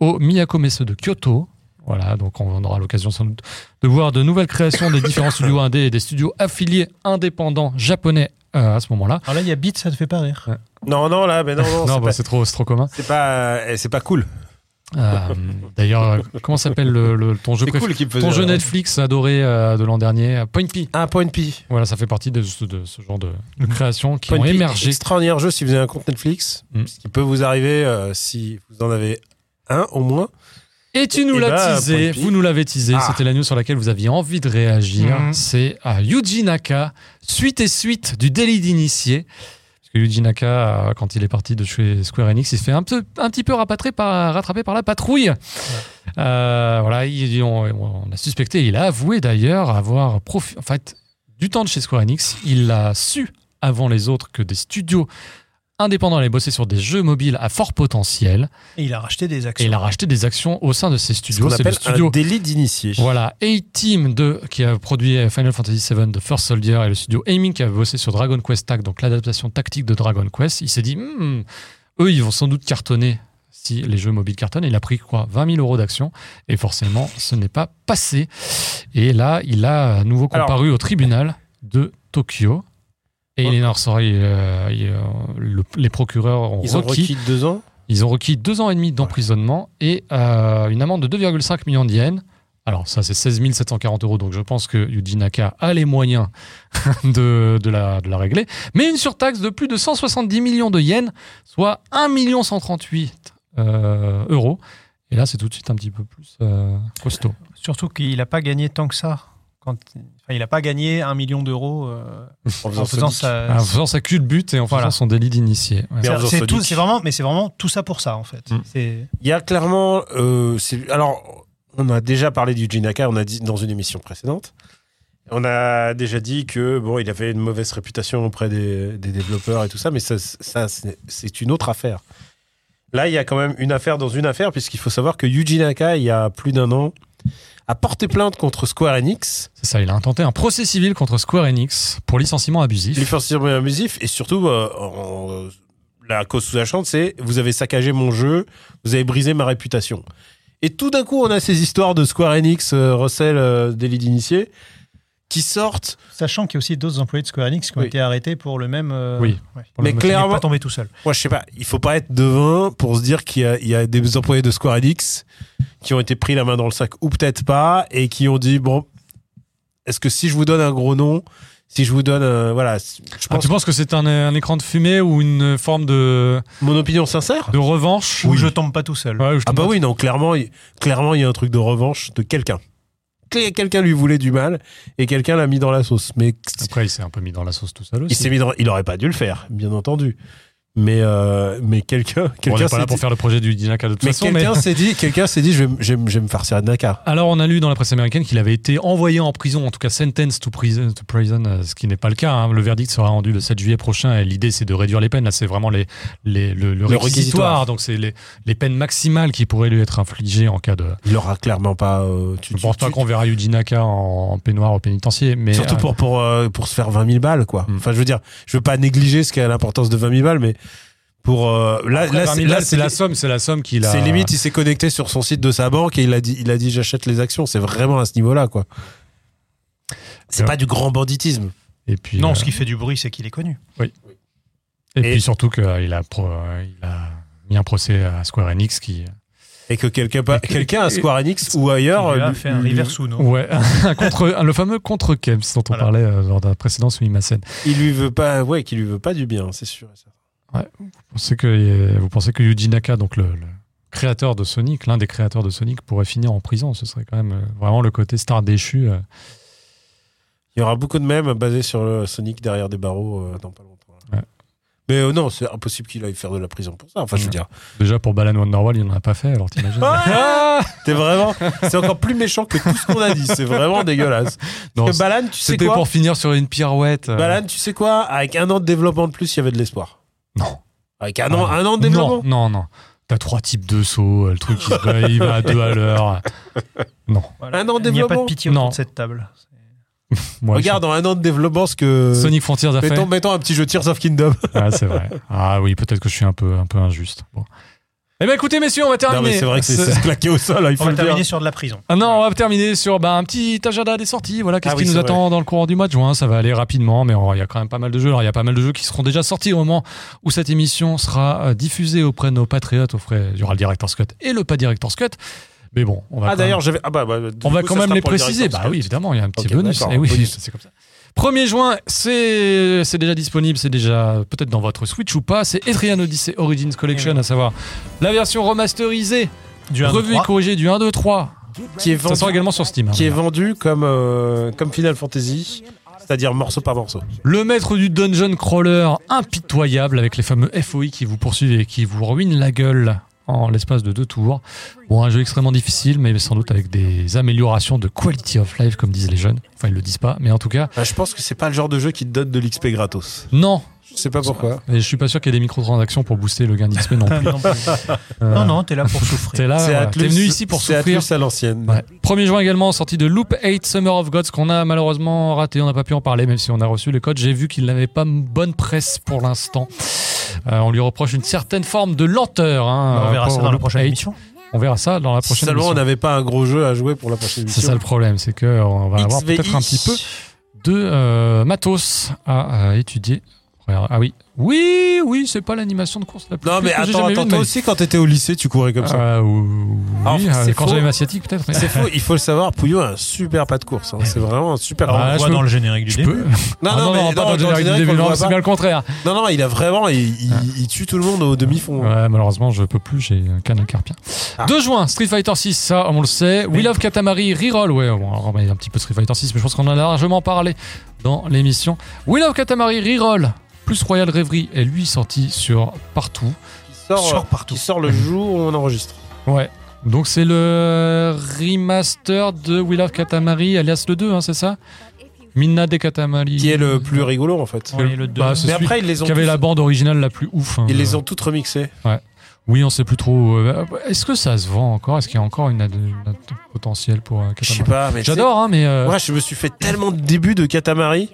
S1: au Miyako Messe de Kyoto. Voilà, donc on aura l'occasion sans doute de voir de nouvelles créations des différents studios indés et des studios affiliés indépendants japonais euh, à ce moment-là.
S2: Alors là, il y a Beat, ça te fait pas rire.
S3: Non, non, là, mais non, non,
S1: Non,
S3: c'est
S1: bah, c'est trop, c'est trop commun.
S3: pas- c'est pas, euh, c'est pas cool.
S1: Euh, D'ailleurs, euh, comment s'appelle le, le- ton jeu
S3: C'est
S1: préféré
S3: cool qu'ils me faisaient.
S1: Ton jeu Netflix adoré euh, de l'an dernier, euh, Point P.
S3: Un point P.
S1: Voilà, ça fait partie de, ce- de ce genre de, de créations qui
S3: Mm-hmm. Point
S1: ont
S3: P,
S1: émergé.
S3: Extraordinaire jeu si vous avez un compte Netflix,
S1: Mm.
S3: ce qui peut vous arriver euh, si vous en avez un au moins.
S1: Et tu nous
S3: Eh
S1: l'as
S3: ben,
S1: teasé,
S3: point de
S1: vous nous l'avez teasé,
S3: Ah. Mm-hmm.
S1: c'était la news sur laquelle vous aviez envie de réagir.
S2: Mhm.
S1: C'est à Yuji Naka, suite et suite du délit d'initié. Parce que Yuji Naka, euh, quand il est parti de chez Square Enix, il se fait un, peu, un petit peu rapatré par, rattrapé par la patrouille. Euh, voilà, il- on, on a suspecté, il a avoué d'ailleurs avoir profité. En fait, du temps de chez Square Enix, il a su avant les autres que des studios indépendants allaient bosser sur des jeux mobiles à fort potentiel.
S2: Et il a racheté des
S1: Et
S2: actions.
S1: il a racheté des actions au sein de ses
S3: Ce qu'on
S1: studios. C'est le
S3: appelle un
S1: studio.
S3: délit d'initié.
S1: Voilà, A-Team 2 qui a produit Final Fantasy VII de First Soldier et le studio Aiming qui a bossé sur Dragon Quest Tag, donc l'adaptation tactique de Dragon Quest. Il s'est dit, Hmm, eux, ils vont sans doute cartonner si les jeux mobiles cartonnent. Il a pris quoi 20 000 euros d'actions et forcément, ce n'est pas passé. Et là, il a à nouveau
S3: Alors-
S1: comparu au tribunal de Tokyo. Et
S3: Ouais.
S1: il est en ressort, il, euh, il, euh, le- les procureurs ont
S3: Ils ont
S1: requis
S3: requis deux ans.
S1: ils ont requis deux ans et demi d'emprisonnement et euh, une amende de 2,5 millions de yens. Alors ça, c'est 16 740 euros, donc je pense que Yuji Naka a les moyens de, de la, de la régler. Mais une surtaxe de plus de 170 millions de yens, soit 1 138 euh, euros. Et là, c'est tout de suite un petit peu plus euh, costaud.
S2: Surtout qu'il n'a pas gagné tant que ça. Quand... enfin, il n'a pas gagné un million d'euros euh,
S3: En faisant
S2: en faisant
S3: Sonic.
S2: ça.
S1: en faisant sa culbute et en
S2: Euh, Voilà.
S1: faisant son délit d'initié. Ouais.
S3: Mais en
S2: C'est-
S3: faisant
S2: C'est tout,
S3: Sonic.
S2: c'est vraiment, mais c'est vraiment tout ça pour ça en fait.
S1: Mm.
S2: C'est
S3: Il y a clairement. euh, c'est- alors, on a déjà parlé du Jinaka, on a dit dans une émission précédente. On a déjà dit que bon, il avait une mauvaise réputation auprès des, des développeurs et tout ça, mais ça, ça, c'est- c'est une autre affaire. Là, il y a quand même une affaire dans une affaire, puisqu'il faut savoir que Yuji Naka, il y a plus d'un an, a porté plainte contre Square Enix,
S1: C'est ça, il a intenté un procès civil contre Square Enix pour licenciement abusif.
S3: lui forcément abusif, et surtout, euh, en- la cause sous-jacente, c'est vous avez saccagé mon jeu, vous avez brisé ma réputation. Et tout d'un coup, on a ces histoires de Square Enix, euh, Russell, euh, délit d'initié, qui sortent.
S2: sachant qu'il y a aussi d'autres employés de Square Enix qui ont
S3: Oui.
S2: été arrêtés pour le même. euh,
S1: Oui.
S2: ouais.
S1: Pour
S3: Mais
S1: le-
S2: Il n'est
S3: clairement,
S2: pas tombé tout seul.
S3: moi, je sais pas, il faut pas être devin pour se dire qu'il y a- il y, a des employés de Square Enix qui ont été pris la main dans le sac ou peut-être pas et qui ont dit bon, est-ce que si je vous donne un gros nom, si je vous donne, euh, voilà, je
S1: Ah,
S3: pense
S1: tu penses que c'est un, un écran de fumée ou une forme de,
S3: mon opinion sincère.
S1: de revanche
S2: Ou je tombe pas tout seul.
S1: Ouais, ou je
S3: Ah
S1: tombe
S3: bah
S1: pas-
S3: oui, non, clairement, il- clairement, il y a un truc de revanche de quelqu'un. Clé- Quelqu'un lui voulait du mal et quelqu'un l'a mis dans la sauce. Mais
S1: Après, il s'est un peu mis dans la sauce tout seul
S3: il
S1: aussi.
S3: s'est mis dans- il aurait pas dû le faire, bien entendu. Mais euh, mais quelqu'un,
S1: Bon, on
S3: quelqu'un
S1: n'est pas là
S3: s'est
S1: pour
S3: dit-
S1: faire le projet du Dinaka de toute
S3: mais
S1: façon.
S3: quelqu'un s'est dit, quelqu'un s'est dit, je vais, m- je vais m- je vais me farcir à Naka.
S1: Alors, on a lu dans la presse américaine qu'il avait été envoyé en prison, en tout cas sentence to prison, to prison, euh, ce qui n'est pas le cas. hein. Le verdict sera rendu le 7 juillet prochain et l'idée, c'est de réduire les peines. Là, c'est vraiment les, les- le, le réquisitoire.
S3: réquisitoire.
S1: Donc, c'est les, les peines maximales qui pourraient lui être infligées en cas de.
S3: Il aura clairement pas. euh, tu,
S1: Je
S3: tu-
S1: pense pas
S3: tu-
S1: qu'on verra Yuji Naka en, en peignoir au pénitencier. Mais,
S3: Surtout
S1: euh,
S3: pour pour euh, pour se faire 20 000 balles quoi.
S1: Hmm.
S3: Enfin je veux dire, je veux pas négliger ce qu'a l'importance de 20 000 balles, mais pour euh, là
S1: après, 20 000
S3: là, c'est-
S1: balles,
S3: là
S1: c'est
S3: c'est
S1: la somme, c'est la somme qu'il a.
S3: C'est limite, il s'est connecté sur son site de sa banque et il a dit, il a dit j'achète les actions. C'est vraiment à ce niveau-là, quoi. C'est
S1: Ouais.
S3: pas du grand banditisme.
S1: Et puis,
S2: Non,
S1: euh,
S2: ce qui fait du bruit, c'est qu'il est connu.
S1: et
S3: et-
S1: puis surtout qu'il a, pro- euh, il a mis un procès à Square Enix qui. euh,
S3: Et que quelqu'un pa-
S1: Et que-
S3: quelqu'un à
S1: et-
S3: Square Enix ou
S2: Il
S3: ailleurs.
S2: lui a
S3: lui-
S2: fait un
S3: lui-
S2: reverse Uno.
S1: Ouais, un contre, un- le fameux contre Kems dont on
S2: Voilà.
S1: parlait euh, lors d'un précédent sous Imasen.
S3: Il lui veut pas, ouais, qui lui veut pas du bien, c'est sûr. et certain.
S1: Vous pensez que, euh, vous pensez que Yuji Naka, donc le, le créateur de Sonic, l'un des créateurs de Sonic, pourrait finir en prison Ce serait quand même euh, vraiment le côté star déchu. euh.
S3: Il y aura beaucoup de mèmes basés sur le Sonic derrière des barreaux euh, dans pas longtemps.
S1: Ouais.
S3: Mais euh, non, c'est impossible qu'il aille faire de la prison pour ça. Enfin, je veux
S1: Ouais.
S3: dire,
S1: Déjà pour Balan Wonderwall, il n'en a pas fait, alors t'imagines
S3: Ah t'es vraiment, c'est encore plus méchant que tout ce qu'on a dit. C'est vraiment dégueulasse.
S1: Non,
S3: Parce que Balan, tu sais
S1: C'était
S3: quoi
S1: pour finir sur une pirouette. euh.
S3: Balan, tu sais quoi Avec un an de développement de plus, il y avait de l'espoir.
S1: Non.
S3: Avec un an,
S1: Ah,
S3: un an de développement.
S1: Non, non, non. T'as trois types de sauts, euh, le truc qui se bat, il va à deux à l'heure.
S2: Voilà.
S3: Un an de
S2: Il n'y a pas de
S3: développement.
S2: pitié autour
S1: Non.
S2: de cette table.
S1: Moi,
S3: Regarde en un an de développement ce que.
S1: je- Sonic Frontiers a fait.
S3: mettons, mettons un petit jeu Tears of Kingdom.
S1: Ah, c'est vrai. Ah oui, peut-être que je suis un peu, un peu injuste. Bon. Eh bien, écoutez, messieurs, on va terminer.
S3: Non, mais c'est vrai que c'est
S1: Ce-
S3: c'est se claquer au sol, hein, il faut
S2: On va
S3: le dire.
S2: terminer sur de la prison.
S1: Ah non, on va terminer sur bah, un petit agenda des sorties. Voilà, qu'est-ce
S3: Ah
S1: qui
S3: oui,
S1: nous
S3: c'est
S1: attend dans le courant du mois de juin Ça va aller rapidement, mais on- il y a quand même pas mal de jeux. Alors, il y a pas mal de jeux qui seront déjà sortis au moment où cette émission sera euh, diffusée auprès de nos patriotes. Auprès, il y aura le Director's Cut et le pas Director's Cut. Mais bon, on va
S3: Ah
S1: quand
S3: d'ailleurs,
S1: même-
S3: j'avais. Ah bah, bah, du
S1: on va
S3: coup,
S1: quand
S3: ça
S1: même
S3: sera
S1: les
S3: pour le
S1: préciser.
S3: directeur.
S1: Bah oui, évidemment, il y a un petit
S3: Ok,
S1: bonus.
S3: d'accord,
S1: Eh oui,
S3: bonus.
S1: c'est comme ça. 1er juin, c'est c'est déjà disponible, c'est déjà peut-être dans votre Switch ou pas. C'est Etrian Odyssey Origins
S3: Eh
S1: Collection, à savoir la version remasterisée,
S2: Du 1,
S1: revue et corrigée du 1, 2, 3.
S3: Qui est
S1: Ça sort
S3: vendu,
S1: également sur Steam. hein,
S3: qui est
S1: voilà.
S3: vendu comme, euh, comme Final Fantasy, c'est-à-dire morceau par morceau.
S1: Le maître du dungeon crawler impitoyable avec les fameux FOI qui vous poursuivent et qui vous ruinent la gueule en l'espace de deux tours. Bon, un jeu extrêmement difficile, mais sans doute avec des améliorations de quality of life, comme disent les jeunes. Enfin, ils le disent pas, mais en tout cas,
S3: Bah, je pense que c'est pas le genre de jeu qui te donne de l'XP gratos.
S1: non.
S3: Je sais pas pourquoi.
S1: Et je suis pas sûr qu'il y ait des microtransactions pour booster le gain d'XP non plus.
S2: Non, plus.
S1: Euh,
S2: non, non, t'es là pour souffrir.
S1: T'es là,
S3: C'est
S1: voilà.
S3: Atlus-
S1: Ah, t'es venu ici pour
S3: c'est
S1: souffrir.
S3: Atlus à l'ancienne.
S1: Ouais. 1er juin également, sortie de Loop 8 Summer of Gods, qu'on a malheureusement raté, on n'a pas pu en parler, même si on a reçu le code. J'ai vu qu'il n'avait pas m- bonne presse pour l'instant. Euh, on lui reproche une certaine forme de lenteur.
S3: Bah,
S1: hein,
S2: on verra
S1: pour
S2: ça dans la
S1: Loop
S2: prochaine
S1: 8.
S2: émission.
S1: On verra ça dans la
S3: Si
S1: prochaine
S3: seulement on
S1: émission.
S3: n'avait pas un gros jeu à jouer pour la prochaine
S1: C'est
S3: émission.
S1: ça le problème, c'est que euh, on va avoir
S3: XVI.
S1: peut-être un petit peu de euh, matos à euh, étudier. Regarde, Ah oui, oui, oui, c'est pas l'animation de course la plus
S3: Non, mais
S1: que j'ai
S3: attends,
S1: jamais vue
S3: attends.
S1: de
S3: Toi
S1: ma
S3: aussi, quand t'étais au lycée, tu courais comme ça.
S1: Ah, ou-
S3: Ah, en
S1: oui,
S3: fait, c'est
S1: euh, quand
S3: faux.
S1: j'avais ma sciatique, peut-être. mais-
S3: C'est faux, il faut le savoir. Pouillot a un super pas de course. hein. C'est vraiment un super.
S2: Alors,
S1: Ah,
S2: on
S1: je
S2: le voit
S1: peux-
S2: dans le générique du
S1: Je
S2: début.
S1: peux.
S3: Non,
S1: Ah
S3: non, mais
S1: pas dans
S3: non, dans
S1: le générique du
S3: on
S1: début,
S3: le
S1: non,
S3: voit
S1: c'est
S3: pas.
S1: bien le contraire.
S3: Non, non, il a vraiment. Il, il-
S1: Ah.
S3: il tue tout le monde au demi-fond.
S1: Ouais, malheureusement, je peux plus, j'ai un canal carpien.
S3: Ah.
S1: 2 juin, Street Fighter 6, ça, on le sait. We Love Katamari, Reroll, ouais, bon, on remet un petit peu Street Fighter 6, mais je pense qu'on en a largement parlé dans l'émission. We Love Katamari, Reroll, plus Royal Reverie, est lui sorti sur partout.
S3: Qui sort,
S2: Sort partout.
S3: Qui sort le jour où on enregistre.
S1: Ouais. Donc c'est le remaster de We Love Katamari, alias le 2, hein, c'est ça Minna des Katamari.
S3: Qui est le plus rigolo en fait.
S2: Oui, le deux.
S1: Bah, c'est
S3: Mais
S1: celui
S3: après, ils les ont.
S1: qui avait
S3: tous-
S1: la Ah, bande originale la plus ouf. hein.
S3: Ils les ont toutes remixées.
S1: Oui, on sait plus trop. euh, Est-ce que ça se vend encore Est-ce qu'il y a encore une, ad- une ad- potentiel pour euh,
S3: Je sais
S1: Katamari
S3: pas, mais
S1: J'adore, hein, mais euh,
S3: Moi, je me suis fait tellement de débuts de Katamari.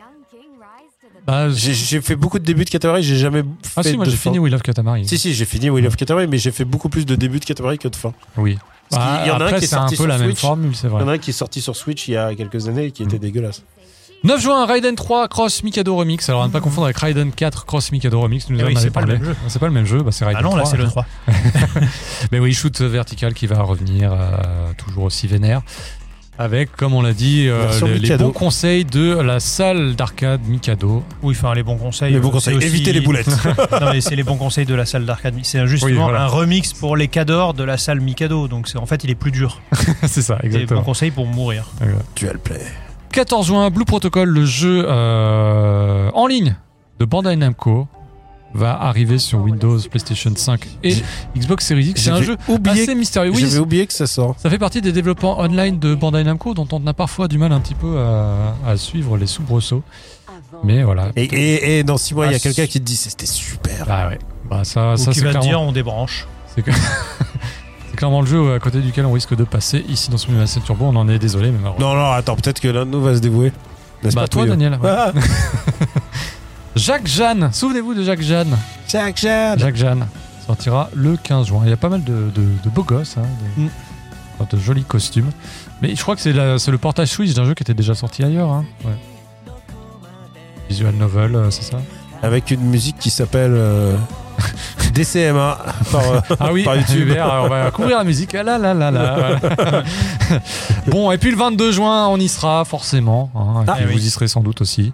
S1: bah,
S3: J'ai- J'ai fait beaucoup de débuts de Katamari, j'ai jamais fait
S1: ah si, moi
S3: de
S1: j'ai
S3: fin.
S1: fini We Love Katamari.
S3: Si, si, j'ai fini Will of Katamari, mais j'ai fait beaucoup plus de débuts de Katamari que de fin.
S1: Oui.
S3: Parce
S1: Bah,
S3: qu'il y en a un
S1: après,
S3: qui est
S1: c'est un
S3: sorti
S1: peu
S3: sur
S1: la même
S3: Switch.
S1: formule, c'est
S3: Il y
S1: vrai.
S3: en a un qui est sorti sur Switch il y a quelques années et qui
S1: Mm.
S3: était dégueulasse.
S1: 9 juin, Raiden 3 Cross Mikado Remix. Alors à ne pas confondre avec Raiden 4 Cross Mikado Remix. Nous
S2: Eh
S1: en
S2: oui,
S1: avait
S2: c'est pas le
S1: parlé.
S2: même jeu.
S1: C'est pas le même jeu, bah, c'est Raiden
S2: Ah non, là,
S1: 3.
S2: c'est le 3.
S1: Mais oui, Shoot Vertical qui va revenir euh, toujours aussi vénère. Avec, comme on l'a dit, euh,
S3: Version
S1: les, les
S3: Mikado.
S1: bons conseils de la salle d'arcade Mikado.
S2: Oui, enfin, les bons conseils.
S3: Les bons
S2: euh,
S3: conseils,
S2: c'est aussi-
S3: évitez les boulettes.
S2: non, mais c'est les bons conseils de la salle d'arcade. C'est justement
S1: Oui, voilà.
S2: un remix pour les cadors de la salle Mikado. Donc, c'est- en fait, il est plus dur.
S1: c'est ça,
S2: Ah, C'est les bons
S1: exactement.
S2: conseils pour mourir.
S3: Dual Play.
S1: 14 juin, Blue Protocol, le jeu euh, en ligne de Bandai Namco, va arriver sur Windows, PlayStation 5 et Xbox Series X. C'est un
S3: J'avais
S1: jeu
S3: oublié,
S1: assez mystérieux. Oui,
S3: J'avais oublié que ça sort.
S1: ça fait partie des développements online de Bandai Namco dont on a parfois du mal un petit peu à, à suivre les soubresauts. Mais voilà.
S3: Et, et, et dans 6 mois, il y
S2: Ah,
S3: a quelqu'un qui te dit c'était super.
S1: Bah ouais. Bah ça,
S2: Ou
S1: ça
S2: qui
S1: c'est
S2: va te
S1: clairement,
S2: dire, on débranche.
S1: c'est que- c'est clairement le jeu euh, à côté duquel on risque de passer. Ici dans ce Massé Turbo, on en est désolé, mais malheureusement.
S3: Non, non, attends, peut-être que l'un de nous va se dévouer. N'est-ce
S1: Bah
S3: pas
S1: toi,
S3: Pouillot
S1: Daniel. ouais.
S3: Ah,
S1: Jacques Jeanne, souvenez-vous de Jacques Jeanne.
S3: Jack Chan Mm.
S1: Jacques Jeanne sortira le 15 juin. Il y a pas mal de, de- de beaux gosses. hein, de- Enfin, de jolis costumes. Mais je crois que c'est la- c'est le portage Switch d'un jeu qui était déjà sorti ailleurs. hein. Ouais. Visual novel, euh, c'est ça
S3: Avec une musique qui s'appelle euh, DCMA par, euh,
S1: Ah oui,
S3: par YouTube.
S1: Hubert, on va couvrir la musique. Ah là là là là. Voilà. bon, et puis le 22 juin, on y sera forcément. hein, et
S3: Ah,
S1: puis
S3: oui.
S1: vous y serez sans doute aussi.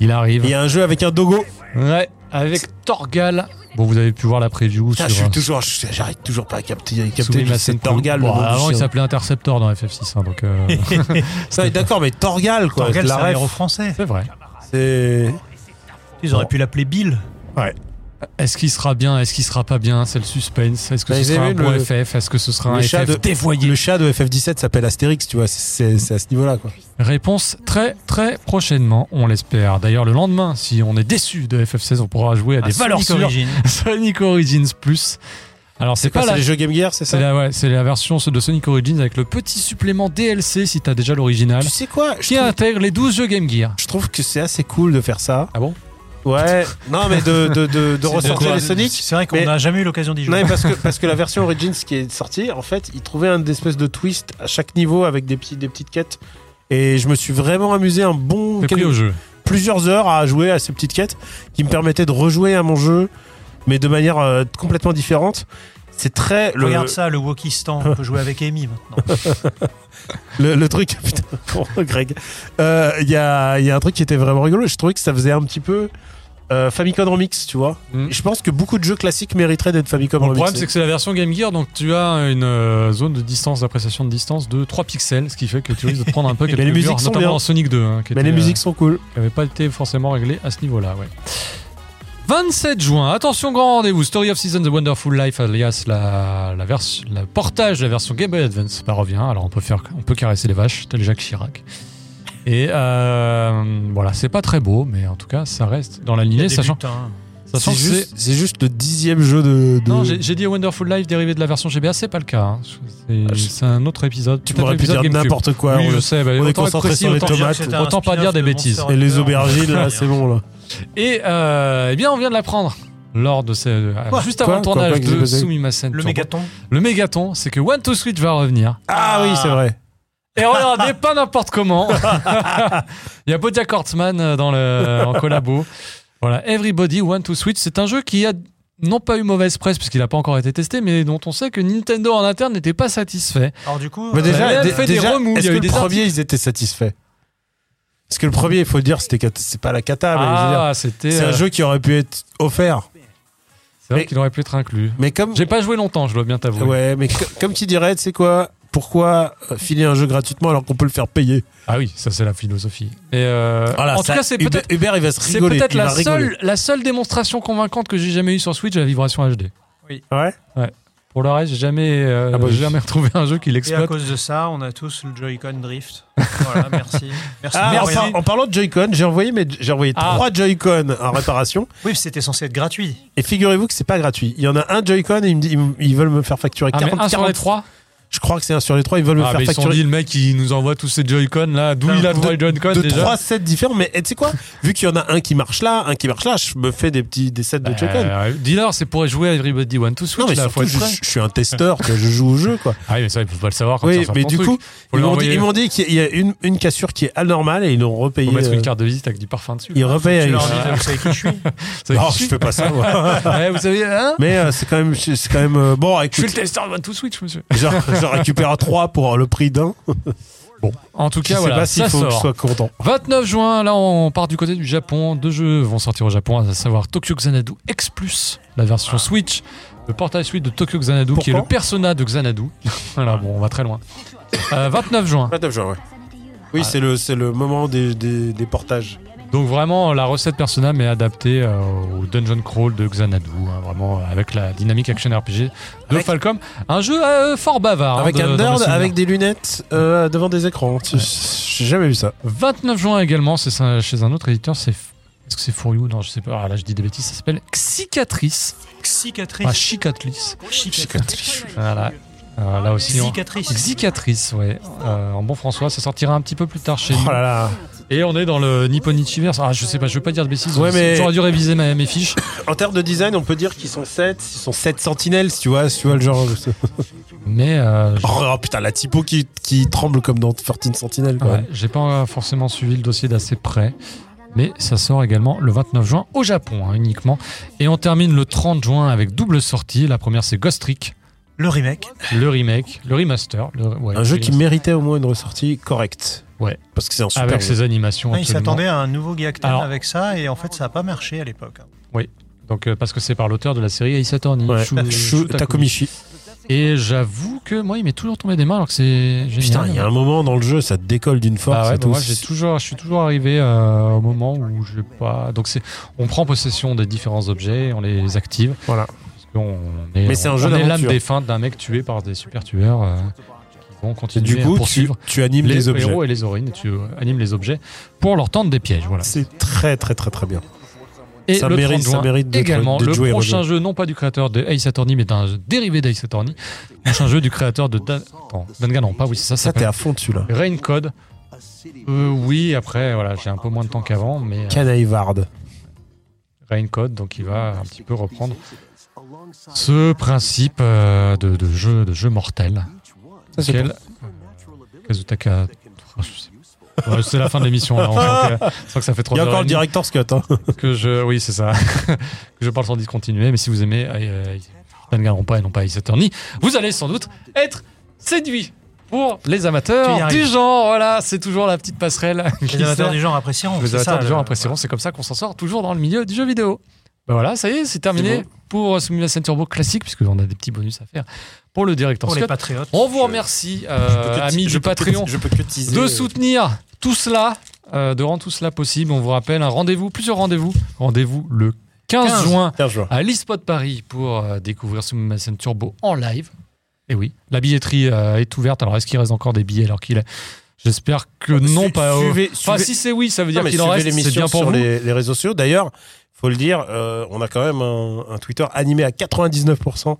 S1: Il
S3: Il
S1: arrive.
S3: y a un jeu avec un dogo.
S1: Ouais, avec Torgal. Bon, vous avez pu voir la preview
S3: Putain, je
S1: sur.
S3: suis
S1: euh,
S3: toujours, je- j'arrive toujours pas à capter,
S1: Soumis
S3: capter le-
S1: Massen
S3: c'est
S1: Crew.
S3: Torgal.
S1: Bon,
S3: le nom du
S1: avant, il
S3: chien.
S1: s'appelait Interceptor dans FF6. hein, donc, euh,
S3: Ça, oui, D'accord, mais Torgal, quoi.
S2: Torgal,
S3: je
S2: c'est
S3: la
S2: un
S3: ref.
S2: héros français.
S1: c'est vrai.
S3: C'est-
S2: Ils auraient pu l'appeler Bill.
S3: Bah,
S1: Est-ce qu'il sera bien Est-ce qu'il sera pas bien C'est le suspense. Est-ce que
S3: Bah,
S1: ce
S3: vous
S1: sera
S3: avez
S1: un
S3: vu
S1: bon
S3: le-
S1: FF Est-ce que ce sera un
S3: le chat
S1: FF
S3: de Le chat de FF17 s'appelle Astérix, tu vois. C'est c'est à ce niveau-là, quoi.
S1: Réponse très très prochainement, on l'espère. D'ailleurs, le lendemain, si on est déçu de FF16, on pourra jouer à
S3: Ah,
S1: des
S2: Un
S1: valeurs
S2: Sonic
S1: sûres.
S2: Origin.
S1: Sonic Origins Plus. Alors, c'est
S3: Quoi,
S1: pas
S3: C'est
S1: la.
S3: les jeux Game Gear, c'est
S1: C'est
S3: ça
S1: la, ouais, c'est la version de Sonic Origins avec le petit supplément DLC si t'as déjà l'original
S3: Tu sais quoi je
S1: qui
S3: trouve,
S1: intègre les 12 jeux Game Gear.
S3: je trouve que c'est assez cool de faire ça.
S1: Ah bon
S3: Ouais. non, mais de, de, de, de
S2: C'est
S3: ressortir
S2: quoi
S3: les Sonic.
S2: C'est vrai qu'on
S3: mais-
S2: n'a jamais eu l'occasion d'y
S3: Non,
S2: jouer.
S3: mais parce que, parce que la version Origins qui est sortie, en fait, ils trouvaient un espèce de twist à chaque niveau avec des, petits, des petites quêtes. Et je me suis vraiment amusé un bon
S1: T'es pris
S3: quel-
S1: au jeu.
S3: plusieurs heures à jouer à ces petites quêtes qui me permettaient de rejouer à mon jeu, mais de manière euh, complètement différente. C'est très. Le,
S2: Regarde ça, le Wokistan. On peut jouer avec Amy maintenant.
S3: le, le truc. Putain, oh, Greg. Euh, Il y, a, il y a un truc qui était vraiment rigolo. Je trouvais que ça faisait un petit peu. euh, Famicom Remix, tu vois.
S1: Mm.
S3: Je pense que beaucoup de jeux classiques mériteraient d'être Famicom
S1: Bon, le
S3: Remix. hein.
S1: problème, c'est que c'est la version Game Gear, donc tu as une euh, zone de distance, d'appréciation de distance de 3 pixels, ce qui fait que tu risques de prendre un peu
S3: Mais
S1: quelques
S3: les musiques
S1: murs,
S3: sont
S1: notamment
S3: bien.
S1: dans Sonic 2, hein, qui
S3: Mais
S1: était,
S3: les
S1: euh,
S3: musiques sont cool.
S1: qui n'avait pas été forcément réglé à ce niveau-là, ouais. 27 juin, attention grand rendez-vous, Story of Season The Wonderful Life, alias la, la verse- la portage de la version Game Boy Advance, ça revient, alors on peut, faire, on peut caresser les vaches, tel Jacques Chirac. Et euh, voilà, c'est pas très beau, mais en tout cas, ça reste dans la
S2: Il y a
S1: lignée,
S2: des
S1: sachant,
S2: butins.
S1: sachant que c'est...
S3: c'est juste le dixième jeu de. de-
S1: Non, j'ai j'ai dit Wonderful Life dérivé de la version GBA, c'est pas le cas. hein. C'est
S3: Ah, je-
S1: c'est un autre épisode.
S3: tu
S1: peut-être
S3: pourrais plus
S1: l'épisode
S3: dire
S1: GameCube.
S3: n'importe quoi.
S1: Oui,
S3: on
S1: je
S3: le-
S1: sais. bah,
S3: on est
S1: autant être
S3: concentré
S1: précis,
S3: sur les
S1: autant-
S2: Autant dire que
S3: tomates.
S2: c'était un
S1: Autant pas dire
S2: spin-off
S1: des
S2: de
S1: bêtises.
S2: Monster
S3: Et les
S2: Hunter.
S3: aubergines, là, c'est bon, là.
S1: Et euh, eh bien, on vient de l'apprendre lors de ce, euh,
S2: Quoi
S1: juste avant
S3: Quoi
S1: le tournage
S3: Quoi Quoi
S1: de
S3: Qu'est-ce que
S1: Sumimasen.
S2: Le
S1: Turbo.
S2: mégaton.
S1: Le mégaton, c'est que One to Switch va revenir.
S3: Ah oui, c'est vrai.
S1: Et regardez, pas n'importe comment. Il y a Bodia Kortman euh, dans le, en collabo. Voilà, Everybody One to Switch, c'est un jeu qui a non pas eu mauvaise presse puisqu'il n'a pas encore été testé, mais dont on sait que Nintendo en interne n'était pas satisfait.
S2: Alors du coup, euh,
S3: Mais
S1: déjà,
S3: déjà,
S1: elle
S3: dé-
S1: fait des
S3: déjà,
S1: remous, il y
S3: est-ce
S1: a eu
S3: que le
S1: des
S3: premier, ils étaient satisfaits Parce que le premier, il faut le dire, c'était cat- c'est pas la cata, mais bah, je veux dire,
S1: Ah, c'était.
S3: c'est
S1: euh,
S3: un jeu qui aurait pu être offert.
S1: C'est vrai
S3: Mais-
S1: qu'il aurait pu être inclus.
S3: Mais comme.
S1: J'ai pas joué longtemps, je dois bien t'avouer.
S3: Ouais, mais co- comme tu dirais, tu sais quoi pourquoi euh, filer un jeu gratuitement alors qu'on peut le faire payer
S1: Ah oui, ça c'est la philosophie. Et euh, en tout
S3: ça-
S1: cas, c'est
S3: Hubert-
S1: peut-être
S3: Hubert, il va se
S1: c'est
S3: rigoler.
S1: peut-être
S3: il
S1: la
S3: va rigoler.
S1: seule, la seule démonstration convaincante que j'ai jamais eue sur Switch de la vibration HD.
S3: Ouais.
S1: Pour le reste, j'ai jamais, euh,
S3: Ah bah,
S1: j'ai jamais retrouvé un jeu qui
S2: et à
S1: l'exploite.
S2: cause de ça, on a tous le Joy-Con Drift. Voilà, merci. Merci.
S3: Ah,
S2: Merci.
S3: en, par- en parlant de Joy-Con, j'ai envoyé, mes- j'ai envoyé
S1: Ah.
S3: trois Joy-Con en réparation.
S2: Oui, mais c'était censé être gratuit.
S3: Et figurez-vous que c'est pas gratuit. Il y en a un Joy-Con et ils, me disent- ils me- ils veulent me faire facturer
S1: Ah, mais
S3: 40,
S1: un sur les
S3: 40.
S1: trois
S3: Je crois que c'est un sur les trois. Ils veulent
S1: Ah, mais
S3: me faire
S1: ils sont
S3: facturer
S1: dit, le mec, il nous envoie tous ces Joy-Con là. D'où
S2: Putain,
S1: il a
S3: de-
S1: trois Joy-Con
S3: de
S1: déjà
S3: trois sets différents. Mais et tu sais quoi Vu qu'il y en a un qui marche là, un qui marche là, je me fais des petits des sets de Joy-Con.
S1: Euh, Dis-leur, c'est pour jouer à Everybody One to Switch.
S3: non mais
S1: là, faut
S3: surtout,
S1: être
S3: je,
S1: prêt.
S3: je suis un testeur, tu vois, je joue au jeu quoi.
S1: Ah oui, mais ça, ils peuvent pas le savoir. Comme ça,
S3: oui,
S1: sur
S3: mais
S1: ton
S3: du
S1: truc.
S3: coup,
S1: Faut
S3: ils
S1: leur
S3: m'ont dit,
S1: envoyer-
S3: ils m'ont dit qu'il y a une, une cassure qui est anormale et ils l'ont repayé.
S1: faut mettre une
S3: euh,
S1: carte de visite avec du parfum dessus.
S3: Ils repayent.
S2: Tu
S3: avec-
S2: leur dis, vous savez qui je suis
S1: Ça
S3: Non,
S1: existe.
S3: je fais pas ça. moi.
S1: Ouais, vous savez, hein
S3: mais euh, c'est quand même, c'est quand même euh, bon.
S1: Je suis
S3: Écoute,
S1: le testeur de One to Switch, monsieur.
S3: j'en j'en récupère trois pour le prix d'un.
S1: En tout
S3: Je
S1: cas,
S3: sais
S1: voilà,
S3: pas s'il
S1: ça
S3: faut que je
S1: sort.
S3: sois content.
S1: 29 juin, là on part du côté du Japon. Deux jeux vont sortir au Japon, à savoir Tokyo Xanadu X Plus, la version Switch, le portail Switch de Tokyo Xanadu, qui est
S3: Pourquoi
S1: le persona de Xanadu. voilà, bon, on va très loin. Euh, 29 juin.
S3: 29 juin, ouais. Oui, c'est le, c'est le moment des, des, des portages.
S1: Donc vraiment la recette persona mais adaptée euh, au dungeon crawl de Xanadu, hein, vraiment avec la dynamique action RPG de
S3: Avec-
S1: Falcom. Un jeu euh, fort bavard. hein,
S3: avec
S1: de-
S3: un
S1: dans mes
S3: nerd
S1: souvenirs.
S3: avec des lunettes euh, devant des écrans. Tu- J'ai jamais vu ça.
S1: 29 juin également, c'est ça- chez un autre éditeur, c'est... Est-ce que c'est For You Non, je sais pas. Ah, là, je dis des bêtises. Ça s'appelle Cicatrice. Ah,
S2: Cicatrice.
S1: Cicatrice.
S2: Cicatrice.
S1: Voilà. Alors là aussi, on...
S2: Cicatrice.
S1: Cicatrice, ouais. Euh, en bon François, ça sortira un petit peu plus tard chez
S3: Oh
S1: nous.
S3: là là.
S1: Et on est dans le Nipponichiverse. Ah, je sais pas, je veux pas dire de bêtises.
S3: Ouais, mais-
S1: J'aurais dû réviser ma, mes fiches.
S3: En termes de design, on peut dire qu'ils sont 7, ils sont 7 sentinelles, tu vois, tu vois le genre.
S1: Mais euh,
S3: Oh, oh, putain, la typo qui, qui tremble comme dans 14 Sentinel. Quoi.
S1: Ouais, j'ai pas forcément suivi le dossier d'assez près, mais ça sort également le 29 juin au Japon hein, uniquement. Et on termine le 30 juin avec double sortie. La première c'est Ghost Trick,
S2: Le remake.
S1: le remake, le remaster, le- ouais,
S3: Un jeu
S1: le
S3: qui
S1: remaster,
S3: méritait au moins une ressortie correcte.
S1: Ouais.
S3: Parce que c'est un super
S1: avec
S3: jeu.
S1: ses animations.
S2: Ah, il
S1: absolument.
S2: s'attendait à un nouveau Gakten
S1: Alors-
S2: avec ça et en fait ça n'a pas marché à l'époque. hein.
S1: Donc euh, parce que c'est par l'auteur de la série Ace Attorney,
S3: Ouais.
S1: Shu-
S3: Shu-
S1: Shu Takumi.
S3: Takumichi.
S1: Et j'avoue que moi il m'est toujours tombé des mains alors que c'est génial.
S3: Putain, il y a un moment dans le jeu, ça te décolle d'une force.
S1: Bah ouais,
S3: et
S1: bah
S3: tout.
S1: moi j'ai toujours, je suis toujours arrivé euh, au moment où j'ai pas. Donc c'est, on prend possession des différents objets, on les active.
S3: Voilà.
S1: Parce qu'on est,
S3: Mais c'est un
S1: on
S3: jeu
S1: est l'âme
S3: d'aventure.
S1: défunte d'un mec tué par des super tueurs euh, qui vont
S3: Et
S1: continuer
S3: du coup,
S1: à
S3: tu,
S1: poursuivre
S3: tu animes
S1: les
S3: les objets.
S1: héros et les orines. Tu euh, animes les objets pour leur tendre des pièges. Voilà.
S3: C'est très, très, très, très bien.
S1: Et
S3: ça
S1: le
S3: mérite-
S1: 30 juin,
S3: ça mérite d'être-
S1: également
S3: d'être
S1: le
S3: joué et
S1: prochain jeu, non pas du créateur de Ace Attorney, mais d'un jeu dérivé d'Ace Attorney. prochain jeu du créateur de Dan... Attends, Danganronpa, oui c'est ça. ça
S3: Ça, t'es
S1: s'appelle
S3: à fond dessus, là.
S1: Rain Code. Euh, oui, après, voilà, j'ai un peu moins de temps qu'avant, mais euh,
S3: Canaivard.
S1: Rain Code, donc il va un petit peu reprendre ce principe euh, de, de jeu, de jeu mortel.
S3: c'est
S1: Quel- euh, Kazutaka. Oh, je sais pas. Ouais, c'est la fin de l'émission. là, on sent que- on sent que ça fait
S3: Il
S1: trois
S3: y a
S1: heures
S3: encore
S1: et
S3: le
S1: demie
S3: director's cut. Hein.
S1: que je, oui, c'est ça, que je parle sans discontinuer. Mais si vous aimez euh, Danganronpa et non pas Ace Attorney, vous allez sans doute être séduit pour les
S2: Tu y
S1: amateurs
S2: arrives.
S1: du genre. Voilà, c'est toujours la petite passerelle. qui
S2: Les amateurs
S1: sert.
S2: du genre apprécieront.
S1: Les
S2: c'est
S1: amateurs
S2: ça,
S1: du
S2: le-
S1: genre apprécieront, c'est comme ça qu'on s'en sort toujours dans le milieu du jeu vidéo. Ben voilà, ça y est, c'est terminé pour euh, Simulation Turbo classique, puisqu'on a des petits bonus à faire pour le directeur
S2: Pour les
S1: Scott.
S2: patriotes.
S1: On vous remercie, euh, amis du Patreon,
S3: Je peux que teaser.
S1: de soutenir tout cela, euh, de rendre tout cela possible. On vous rappelle un rendez-vous, plusieurs rendez-vous. Rendez-vous le 15,
S2: 15.
S1: juin
S3: Bien joué.
S1: à l'eSpot Paris pour euh, découvrir Submission Turbo en live. Et oui, la billetterie euh, est ouverte. Alors, est-ce qu'il reste encore des billets alors qu'il est J'espère que non,
S3: Su-
S1: pas. au-
S3: Ah, suivez-
S1: Enfin,
S3: suivez-
S1: si c'est oui, ça veut
S3: Non,
S1: dire
S3: mais
S1: qu'il en
S3: suivez
S1: reste. C'est
S3: l'émission
S1: bien pour
S3: sur
S1: vous.
S3: Les, les réseaux sociaux. D'ailleurs, faut le dire, euh, on a quand même un, un Twitter animé à 99%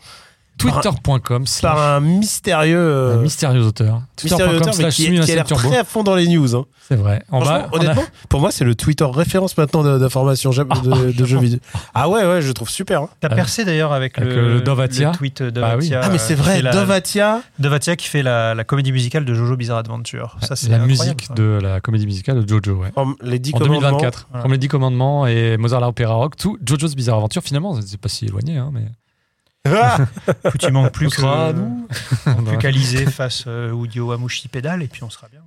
S1: Twitter.com
S3: par
S1: slash
S3: un mystérieux, euh,
S1: un mystérieux auteur.
S3: mystérieux
S1: Twitter.com
S3: auteur, mais
S1: slash
S3: qui, est- qui a
S1: Simulation
S3: l'air
S1: Turbo.
S3: très à fond dans les news. hein.
S1: C'est vrai. En bas,
S3: Franchement,
S1: on a-
S3: honnêtement, pour moi, c'est le Twitter référence maintenant de- d'information jap- de, de jeux vidéo. Ah ouais, ouais, je le trouve super. hein.
S2: T'as
S1: Avec-
S2: percé d'ailleurs avec,
S1: euh, avec euh,
S2: le,
S1: le Dovatia.
S2: le tweet
S1: Bah
S2: Dovatia.
S1: oui.
S3: Ah, mais c'est
S2: euh, qui
S3: vrai,
S2: est la-
S3: Dovatia.
S2: Dovatia qui fait la, la comédie musicale de Jojo Bizarre Adventure. Ça, c'est
S1: Ah, la
S2: incroyable,
S1: musique
S2: ça.
S1: de la comédie musicale de Jojo, ouais.
S3: From les 10
S1: En
S3: commandements.
S1: 2024,
S2: voilà.
S1: comme les 10 commandements et Mozart la Opéra Rock, tout Jojo's Bizarre Aventure, finalement, c'est pas si éloigné. Hein, mais...
S3: Ah
S2: Écoute, il manque plus
S1: On sera à nous.
S2: que plus qu'Alizé face euh, Udio Amushi pédale et puis on sera bien.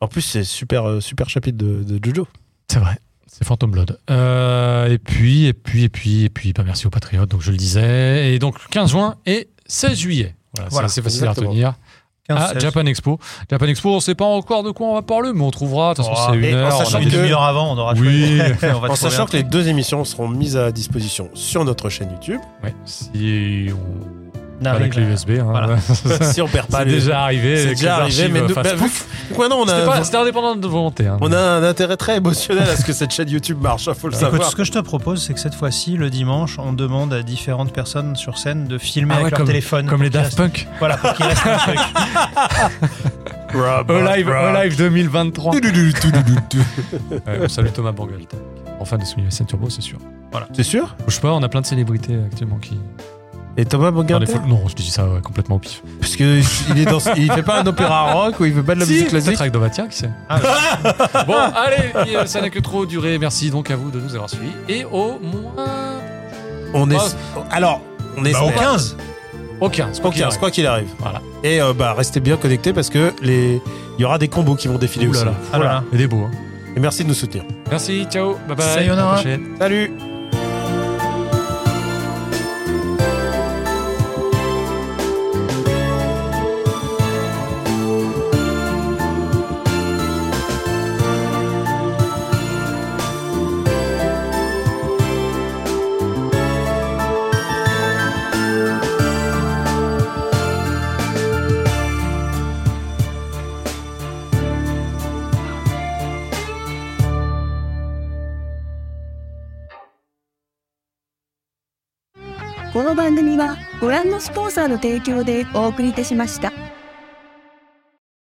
S3: en plus, c'est super, euh, super chapitre de, de Jojo.
S1: C'est vrai. C'est Phantom Blood. Euh, et puis, et puis, et puis, et puis, bah, merci aux Patriotes, donc je le disais. Et donc, 15 juin et 16 juillet. Voilà,
S2: Voilà,
S1: c'est assez facile
S3: exactement.
S1: à retenir.
S2: 15,
S1: à
S2: 16.
S1: Japan Expo. Japan Expo, on sait pas encore de quoi on va parler, mais on trouvera. De toute façon,
S2: Oh,
S1: c'est
S3: et
S1: une
S3: en
S1: heure. on a
S3: sachant
S1: des-
S2: Une
S3: que-
S2: demi-heure avant, on aura
S1: Oui.
S2: trouvé. on va
S3: En
S2: trouver
S3: sachant
S2: un
S3: que les deux émissions seront mises à disposition sur notre chaîne YouTube.
S1: Ouais, si on
S2: On
S1: pas la
S2: arrive
S1: clé
S2: à-
S1: USB, hein,
S2: Voilà.
S1: c'est
S3: si on perd pas les-
S1: déjà arrivé.
S3: C'est
S1: avec
S3: déjà
S1: les
S3: arrivé,
S1: archives,
S3: mais nous-
S1: enfin,
S3: bah,
S1: c'est
S3: vu-
S1: fou.
S3: Pourquoi non on
S1: C'était
S3: a,
S1: pas- C'était indépendant de volonté. hein.
S3: on a un intérêt très émotionnel à ce que cette chaîne YouTube marche, hein, faut le
S2: Écoute,
S3: savoir.
S2: ce que je te propose, c'est que cette fois-ci, le dimanche, on demande à différentes personnes sur scène de filmer
S1: Ah
S2: avec
S1: ouais,
S2: leur téléphone.
S1: Comme les
S2: Pour
S1: Daft
S2: qu'il
S1: Punk.
S2: reste- Voilà, pour qu'il reste un truc.
S1: Alive, Alive 2023. Ouais, on salue Thomas Bourguel. Enfin, de Soumis Turbo, c'est sûr.
S3: C'est sûr
S1: Je sais pas, on a plein de célébrités euh, actuellement qui.
S3: Et Thomas
S1: Dans les
S3: Bogartel
S1: fol- Non, je dis ça ouais, complètement au pif.
S3: Parce que il est dans, il fait pas un opéra rock ou il fait pas de la musique
S1: peut-être
S3: classique.
S1: avec Dovatia, qui sait.
S2: Ah,
S1: bon, allez, euh, ça n'a que trop duré. Merci donc à vous de nous avoir suivis. Et au moins.
S3: On est.
S1: Oh.
S3: Alors, on est.
S2: Bah, au 15
S1: Au 15.
S3: Au
S1: quoi qu'il
S3: 15,
S1: arrive.
S3: quoi qu'il arrive.
S1: Voilà.
S3: Et euh, bah restez bien connectés parce que les, il y aura des combos qui vont défiler
S1: Ouh là
S3: aussi.
S1: là.
S2: Ah là là.
S1: Et des beaux. hein.
S3: Et merci de nous soutenir.
S1: Merci, ciao, bye bye. à
S2: Sayonara.
S1: la prochaine.
S3: Salut.
S5: この番組はご覧のスポンサーの提供でお送りいたしました。